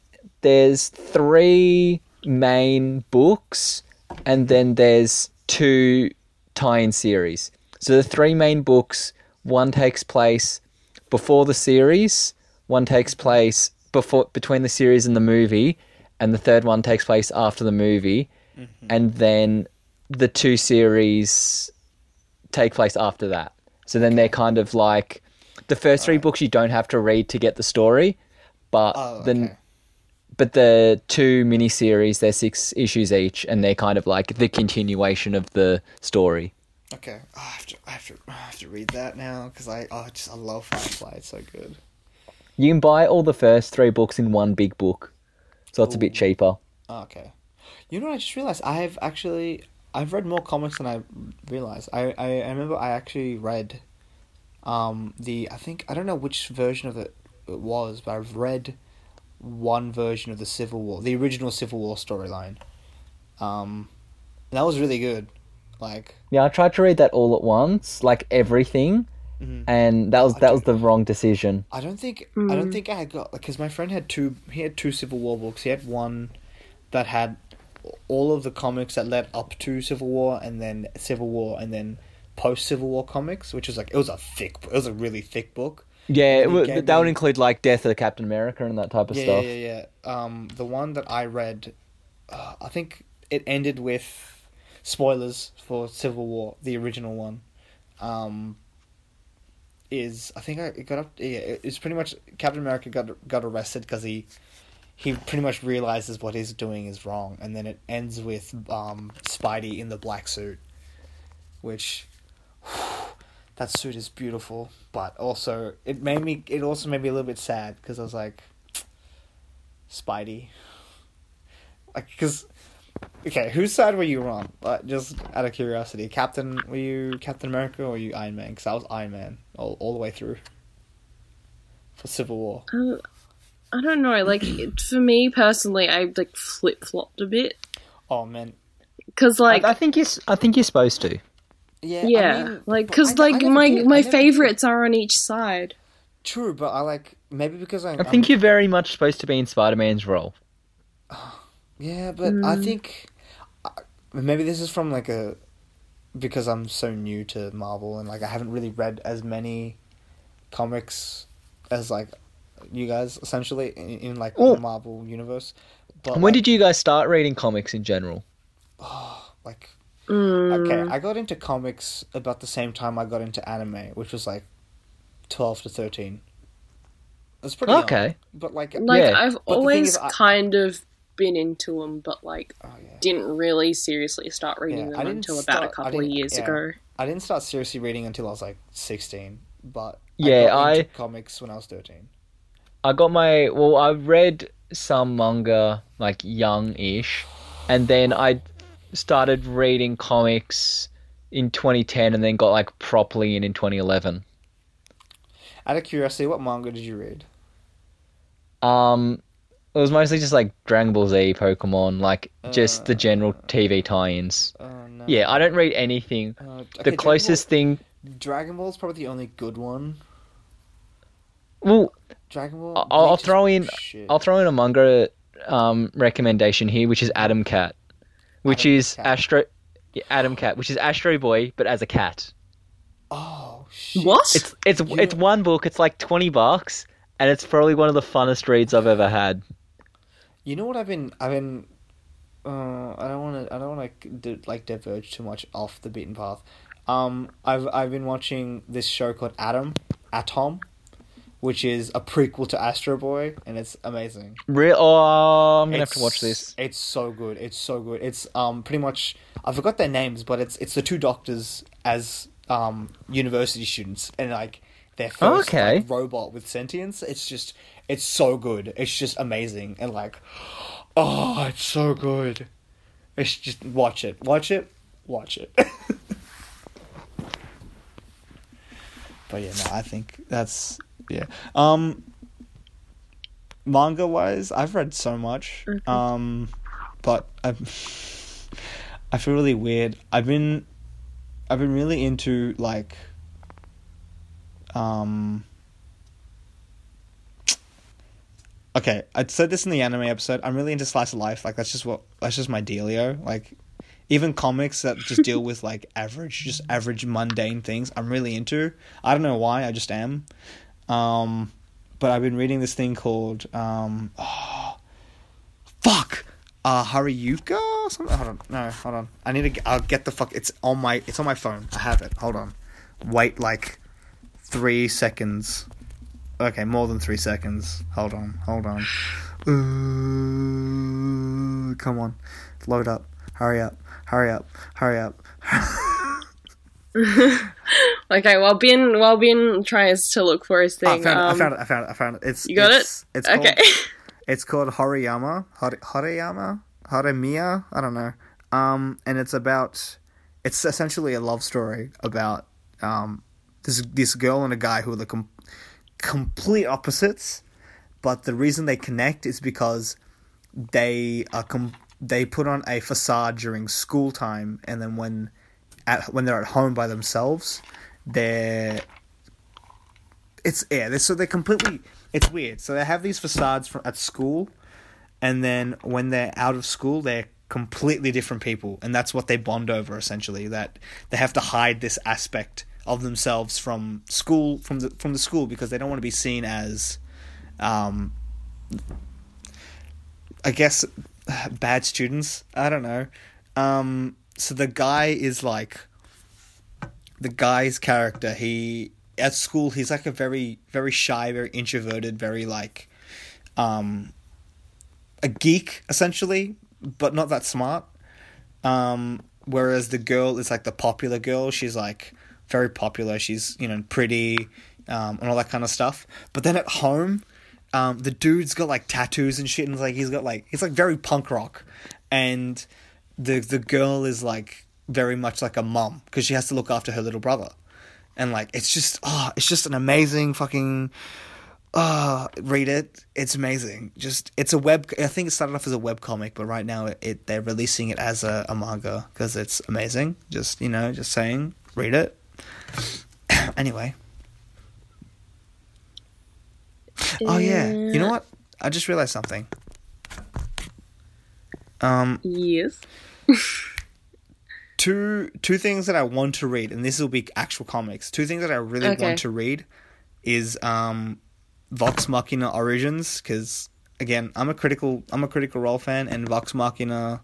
Speaker 3: there's three main books, and then there's two tie-in series. So the three main books, one takes place before the series, one takes place before between the series and the movie, and the third one takes place after the movie,
Speaker 2: Hmm.
Speaker 3: and then the two series take place after that. So then they're kind of like the first three books you don't have to read to get the story, but
Speaker 2: Oh,
Speaker 3: then
Speaker 2: okay.
Speaker 3: but the two miniseries they're six issues each, and they're kind of like the continuation of the story.
Speaker 2: Okay, oh, I have to I have to I have to read that now because I oh I just I love Firefly. It's so good.
Speaker 3: You can buy all the first three books in one big book, so it's a bit cheaper.
Speaker 2: Oh, okay, you know what I just realized I have actually I've read more comics than I realized. I I, I remember I actually read, um the I think I don't know which version of it it was, but I've read one version of the Civil War, the original Civil War storyline. Um, and that was really good. Like
Speaker 3: Yeah, I tried to read that all at once, like everything,
Speaker 2: Mm-hmm.
Speaker 3: and that was that was the wrong decision.
Speaker 2: I don't think I don't think I had got because my friend had two. He had two Civil War books. He had one that had all of the comics that led up to Civil War, and then Civil War, and then post Civil War comics, which was like it was a thick. It was a really thick book.
Speaker 3: Yeah, it
Speaker 2: He
Speaker 3: would,
Speaker 2: gave
Speaker 3: that would
Speaker 2: me-
Speaker 3: include like Death of Captain America and that type of
Speaker 2: Yeah,
Speaker 3: stuff.
Speaker 2: yeah, yeah, yeah. Um, the one that I read, uh, I think it ended with spoilers for Civil War, the original one. Um, is I think I it got up. Yeah, it- it's pretty much Captain America got got arrested because he he pretty much realizes what he's doing is wrong, and then it ends with um, Spidey in the black suit, which. That suit is beautiful, but also it made me. It also made me a little bit sad because I was like, Spidey. Like, because, okay, whose side were you on? Uh, just out of curiosity, Captain, were you Captain America or were you Iron Man? Because I was Iron Man all, all the way through for Civil War.
Speaker 1: Um, I don't know. Like it, for me personally, I like flip flopped a bit
Speaker 2: Oh man,
Speaker 1: because
Speaker 3: Like,
Speaker 1: like
Speaker 3: I think you're I think you're supposed to.
Speaker 2: yeah, I
Speaker 1: yeah,
Speaker 2: mean,
Speaker 1: like
Speaker 2: but
Speaker 1: 'cause
Speaker 2: I
Speaker 1: like
Speaker 2: ne- I
Speaker 1: because like
Speaker 2: never
Speaker 1: my
Speaker 2: did- I
Speaker 1: my
Speaker 2: never did.
Speaker 1: favorites are on each side.
Speaker 2: True, but I like maybe because I,
Speaker 3: I think you're very much supposed to be in Spider-Man's role.
Speaker 2: Yeah, but I
Speaker 3: Mm.
Speaker 2: think I- maybe this is from like a because I'm so new to Marvel and like I haven't really read as many comics as like you guys essentially in, in like
Speaker 3: Oh.
Speaker 2: the Marvel universe. But
Speaker 3: And when did you guys start reading comics in general?
Speaker 2: like
Speaker 1: Mm.
Speaker 2: okay, I got into comics about the same time I got into anime, which was like twelve to thirteen. It's pretty young,
Speaker 3: Okay.
Speaker 2: but like oh,
Speaker 1: Like
Speaker 3: Yeah.
Speaker 1: I've
Speaker 2: thing
Speaker 1: always
Speaker 2: is, I-
Speaker 1: kind of been into them, but like
Speaker 2: oh, yeah.
Speaker 1: didn't really seriously start
Speaker 2: Yeah,
Speaker 1: reading them
Speaker 2: I didn't
Speaker 1: until
Speaker 2: start-
Speaker 1: about a
Speaker 2: I
Speaker 1: couple of
Speaker 2: didn't-
Speaker 1: years
Speaker 2: yeah.
Speaker 1: ago.
Speaker 2: I didn't start seriously reading until I was like sixteen, but
Speaker 3: Yeah,
Speaker 2: got into
Speaker 3: I-
Speaker 2: comics when I was thirteen.
Speaker 3: I got my well, I read some manga like young-ish, and then I started reading comics in 2010, and then got like properly in in 2011.
Speaker 2: Out of curiosity, what manga did you read?
Speaker 3: Um, it was mostly just like Dragon Ball Z, Pokemon, like just
Speaker 2: Uh.
Speaker 3: the general TV tie-ins.
Speaker 2: Oh no.
Speaker 3: Yeah, I don't read anything.
Speaker 2: Uh, okay,
Speaker 3: The closest thing,
Speaker 2: Dragon Ball, Dragon Ball's probably the only good one.
Speaker 3: well,
Speaker 2: Dragon Ball.
Speaker 3: I'll- I'll
Speaker 2: Bleach is
Speaker 3: throw in-
Speaker 2: shit.
Speaker 3: I'll throw in a manga um, recommendation here, which is Adam Cat, which
Speaker 2: Adam
Speaker 3: is
Speaker 2: Cat.
Speaker 3: Astro. yeah, Adam Cat, which is Astro Boy, but as a cat.
Speaker 2: Oh shit.
Speaker 1: What?
Speaker 3: It's it's it's one book. It's like twenty bucks, and it's probably one of the funnest reads I've ever had.
Speaker 2: You know what I've been? I've been. Uh, I don't want to. I don't want to di- like diverge too much off the beaten path. Um, I've I've been watching this show called Atom, Atom, which is a prequel to Astro Boy, and it's amazing.
Speaker 3: Real. Oh, I'm gonna have to watch
Speaker 2: It's-
Speaker 3: this.
Speaker 2: It's so good. It's so good. It's um pretty much I forgot their names, but it's it's the two doctors as um university students and like their first
Speaker 3: Okay.
Speaker 2: like, robot with sentience. It's just it's so good. It's just amazing and like oh, it's so good. It's just watch it. Watch it. Watch it. But yeah, no, I think that's yeah. Um, manga wise, I've read so much. Um, but I, I feel really weird. I've been, I've been really into like, um. Okay, I said this in the anime episode. I'm really into slice of life. Like that's just what that's just my dealio. Like even comics that just deal with like average, just average mundane things. I'm really into. I don't know why. I just am. Um, but I've been reading this thing called um, oh, fuck, uh, Hariyuka or something. Hold on, no, hold on. I need to. Get, I'll get the fuck. It's on my. It's on my phone. I have it. Hold on. Wait like three seconds. Okay, more than three seconds. Hold on. Hold on. Ooh, come on, load up. Hurry up. Hurry up. Hurry up.
Speaker 1: Okay, while Ben while Ben tries to look for his
Speaker 2: Oh, I
Speaker 1: thing,
Speaker 2: found, it, I
Speaker 1: um,
Speaker 2: found it. I found it. I found it. It's
Speaker 1: you got
Speaker 2: it's,
Speaker 1: it.
Speaker 2: It's
Speaker 1: okay.
Speaker 2: Called, it's called Horiyama. Hori- Horiyama. Horimiya. I don't know. Um, and it's about. It's essentially a love story about um this this girl and a guy who are the com- complete opposites, but the reason they connect is because they are com- they put on a facade during school time, and then when at when they're at home by themselves, they're it's yeah. They're, so they're completely. It's weird. So they have these facades from at school, and then when they're out of school, they're completely different people, and that's what they bond over essentially. That they have to hide this aspect of themselves from school from the from the school because they don't want to be seen as, um, I guess, bad students. I don't know. Um, so the guy is like the guy's character he at school he's like a very very shy very introverted very like um a geek essentially but not that smart um whereas the girl is like the popular girl she's like very popular she's you know pretty um and all that kind of stuff but then at home um the dude's got like tattoos and shit and like he's got like he's like very punk rock and the the girl is like very much like a mom because she has to look after her little brother and like it's just oh it's just an amazing fucking uh read it it's amazing just it's a web i think it started off as a web comic but right now it, it they're releasing it as a, a manga because it's amazing just you know just saying read it anyway oh yeah you know what i just realized something um
Speaker 1: Yes.
Speaker 2: two two things that I want to read, and this will be actual comics. Two things that I really
Speaker 1: Okay.
Speaker 2: want to read is um, Vox Machina Origins, because again, I'm a critical I'm a critical role fan, and Vox Machina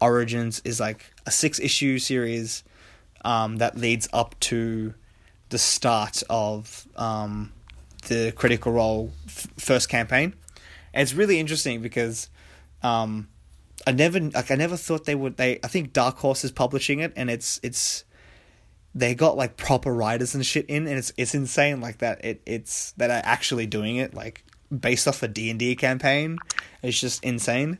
Speaker 2: Origins is like a six issue series um, that leads up to the start of um, the Critical Role f- first campaign. And it's really interesting because um, I never like I never thought they would. They I think Dark Horse is publishing it, and it's it's they got like proper writers and shit in, and it's it's insane like that. It it's that are actually doing it like based off a D and D campaign. It's just insane.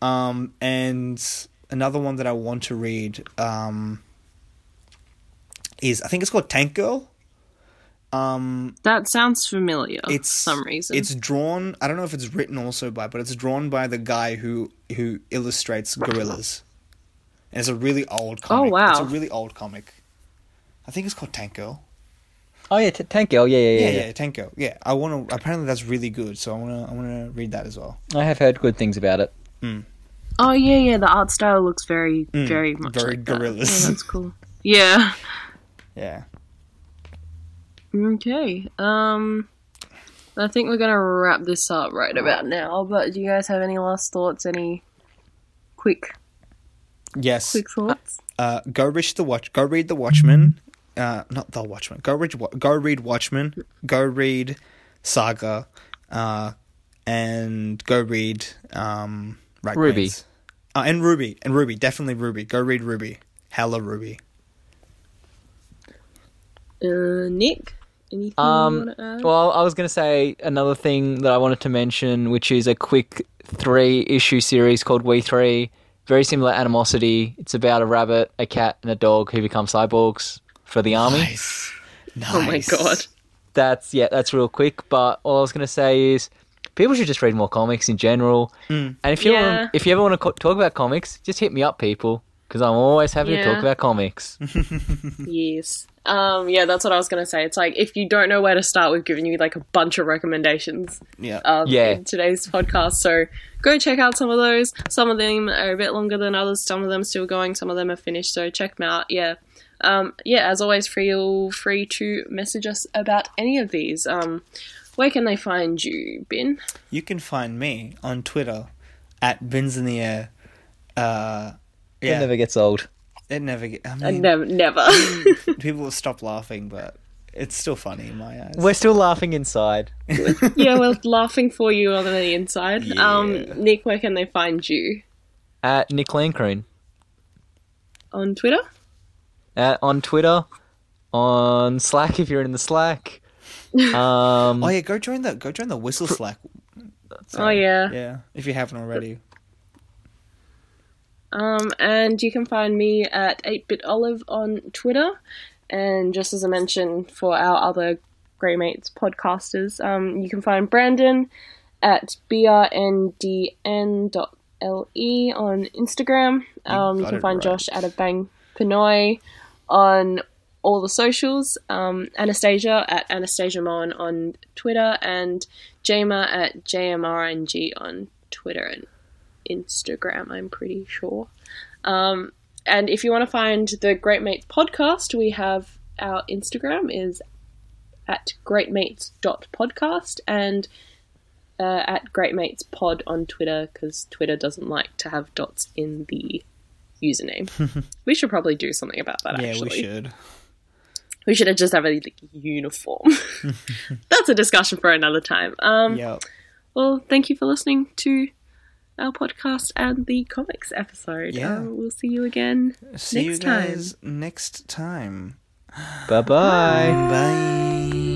Speaker 2: Um, and another one that I want to read um, is I think it's called Tank Girl. Um,
Speaker 1: That sounds familiar
Speaker 2: it's
Speaker 1: for some reason.
Speaker 2: It's drawn. I don't know if it's written also by, but it's drawn by the guy who who illustrates gorillas. And it's a really old comic. It's a
Speaker 1: Oh, wow.
Speaker 2: really old comic. I think it's called Tank Girl.
Speaker 3: Oh yeah, T- Tank Girl. Yeah, yeah, yeah.
Speaker 2: Yeah,
Speaker 3: yeah.
Speaker 2: yeah, Tank Girl. Yeah, I want to. Apparently, that's really good. So I want to. I want to read that as well.
Speaker 3: I have heard good things about it.
Speaker 1: oh yeah, yeah. The art style looks very, very much
Speaker 2: Mm, very
Speaker 1: like that. Mm-hmm.
Speaker 2: gorillas.
Speaker 1: Yeah, that's cool. Yeah.
Speaker 2: Yeah.
Speaker 1: Okay. Um, I think we're gonna wrap this up right about now. But do you guys have any last thoughts? Any quick,
Speaker 2: Yes.
Speaker 1: quick thoughts?
Speaker 2: Uh, go read the watch. Go read the Watchmen. Uh, not the Watchmen. Go read. Wa- Go read Watchmen. Go read Saga. Uh, and go read um. Right
Speaker 3: Ruby.
Speaker 2: Queens. Uh, and Ruby and Ruby definitely Ruby. Go read Ruby. Hella Ruby.
Speaker 1: Uh, Nick, anything you
Speaker 3: Um,
Speaker 1: want to add?
Speaker 3: well, I was going to say another thing that I wanted to mention, which is a quick three issue series called We Three. Very similar animosity. It's about a rabbit, a cat, and a dog who become cyborgs for the army.
Speaker 2: Nice.
Speaker 1: Oh my god.
Speaker 3: That's yeah, that's real quick. But all I was gonna say is, people should just read more comics in general. And if you
Speaker 1: Yeah.
Speaker 3: want, if you ever want to co- talk about comics, just hit me up, people, because I'm always happy to
Speaker 1: Yeah.
Speaker 3: talk about comics.
Speaker 1: Yes. Um, yeah, that's what I was gonna say. It's like if you don't know where to start, we've given you like a bunch of recommendations
Speaker 2: Yeah.
Speaker 1: um,
Speaker 3: Yeah.
Speaker 1: in today's podcast. So go check out some of those. Some of them are a bit longer than others. Some of them still going. Some of them are finished. So check them out. Yeah. Um, yeah. As always, feel free to message us about any of these. Um, where can they find you, Ben?
Speaker 2: You can find me on Twitter at bins in the air. Uh, yeah,
Speaker 3: It never gets old.
Speaker 2: it never. Get, I mean,
Speaker 1: Never, never.
Speaker 2: people will stop laughing, but it's still funny in my eyes.
Speaker 3: We're still laughing inside.
Speaker 1: yeah, we're laughing for you on the inside. Um,
Speaker 2: Yeah.
Speaker 1: Nick, where can they find you
Speaker 3: At Nick Lancroon.
Speaker 1: on Twitter?
Speaker 3: At on Twitter, on Slack if you're in the Slack. Um,
Speaker 2: Oh yeah, go join the go join the whistle slack.
Speaker 1: Oh yeah.
Speaker 2: Yeah, if you haven't already.
Speaker 1: Um, and you can find me at 8bit olive on Twitter. And just as I mentioned for our other Grey Mates podcasters, um, you can find Brandon at brndn.le E on Instagram. Um, you,
Speaker 2: got
Speaker 1: can
Speaker 2: it
Speaker 1: find
Speaker 2: right.
Speaker 1: Josh at a bang Pinoy on all the socials. Um, Anastasia at Anastasia Moen on Twitter and Jama at JMRNG on Twitter and Instagram, I'm pretty sure. Um, and if you want to find the Great Mates podcast, we have our Instagram is at greatmates.podcast and uh, at greatmatespod on Twitter because Twitter doesn't like to have dots in the username. we should probably do something about that,
Speaker 2: Yeah,
Speaker 1: actually.
Speaker 2: we should.
Speaker 1: We should have just have a like, uniform. That's a discussion for another time. Um,
Speaker 2: Yeah.
Speaker 1: well, thank you for listening to our podcast and the comics episode.
Speaker 2: Yeah.
Speaker 1: Uh, we'll see you again. Next
Speaker 2: See you
Speaker 1: time.
Speaker 2: guys next time.
Speaker 3: bye bye.
Speaker 2: Bye.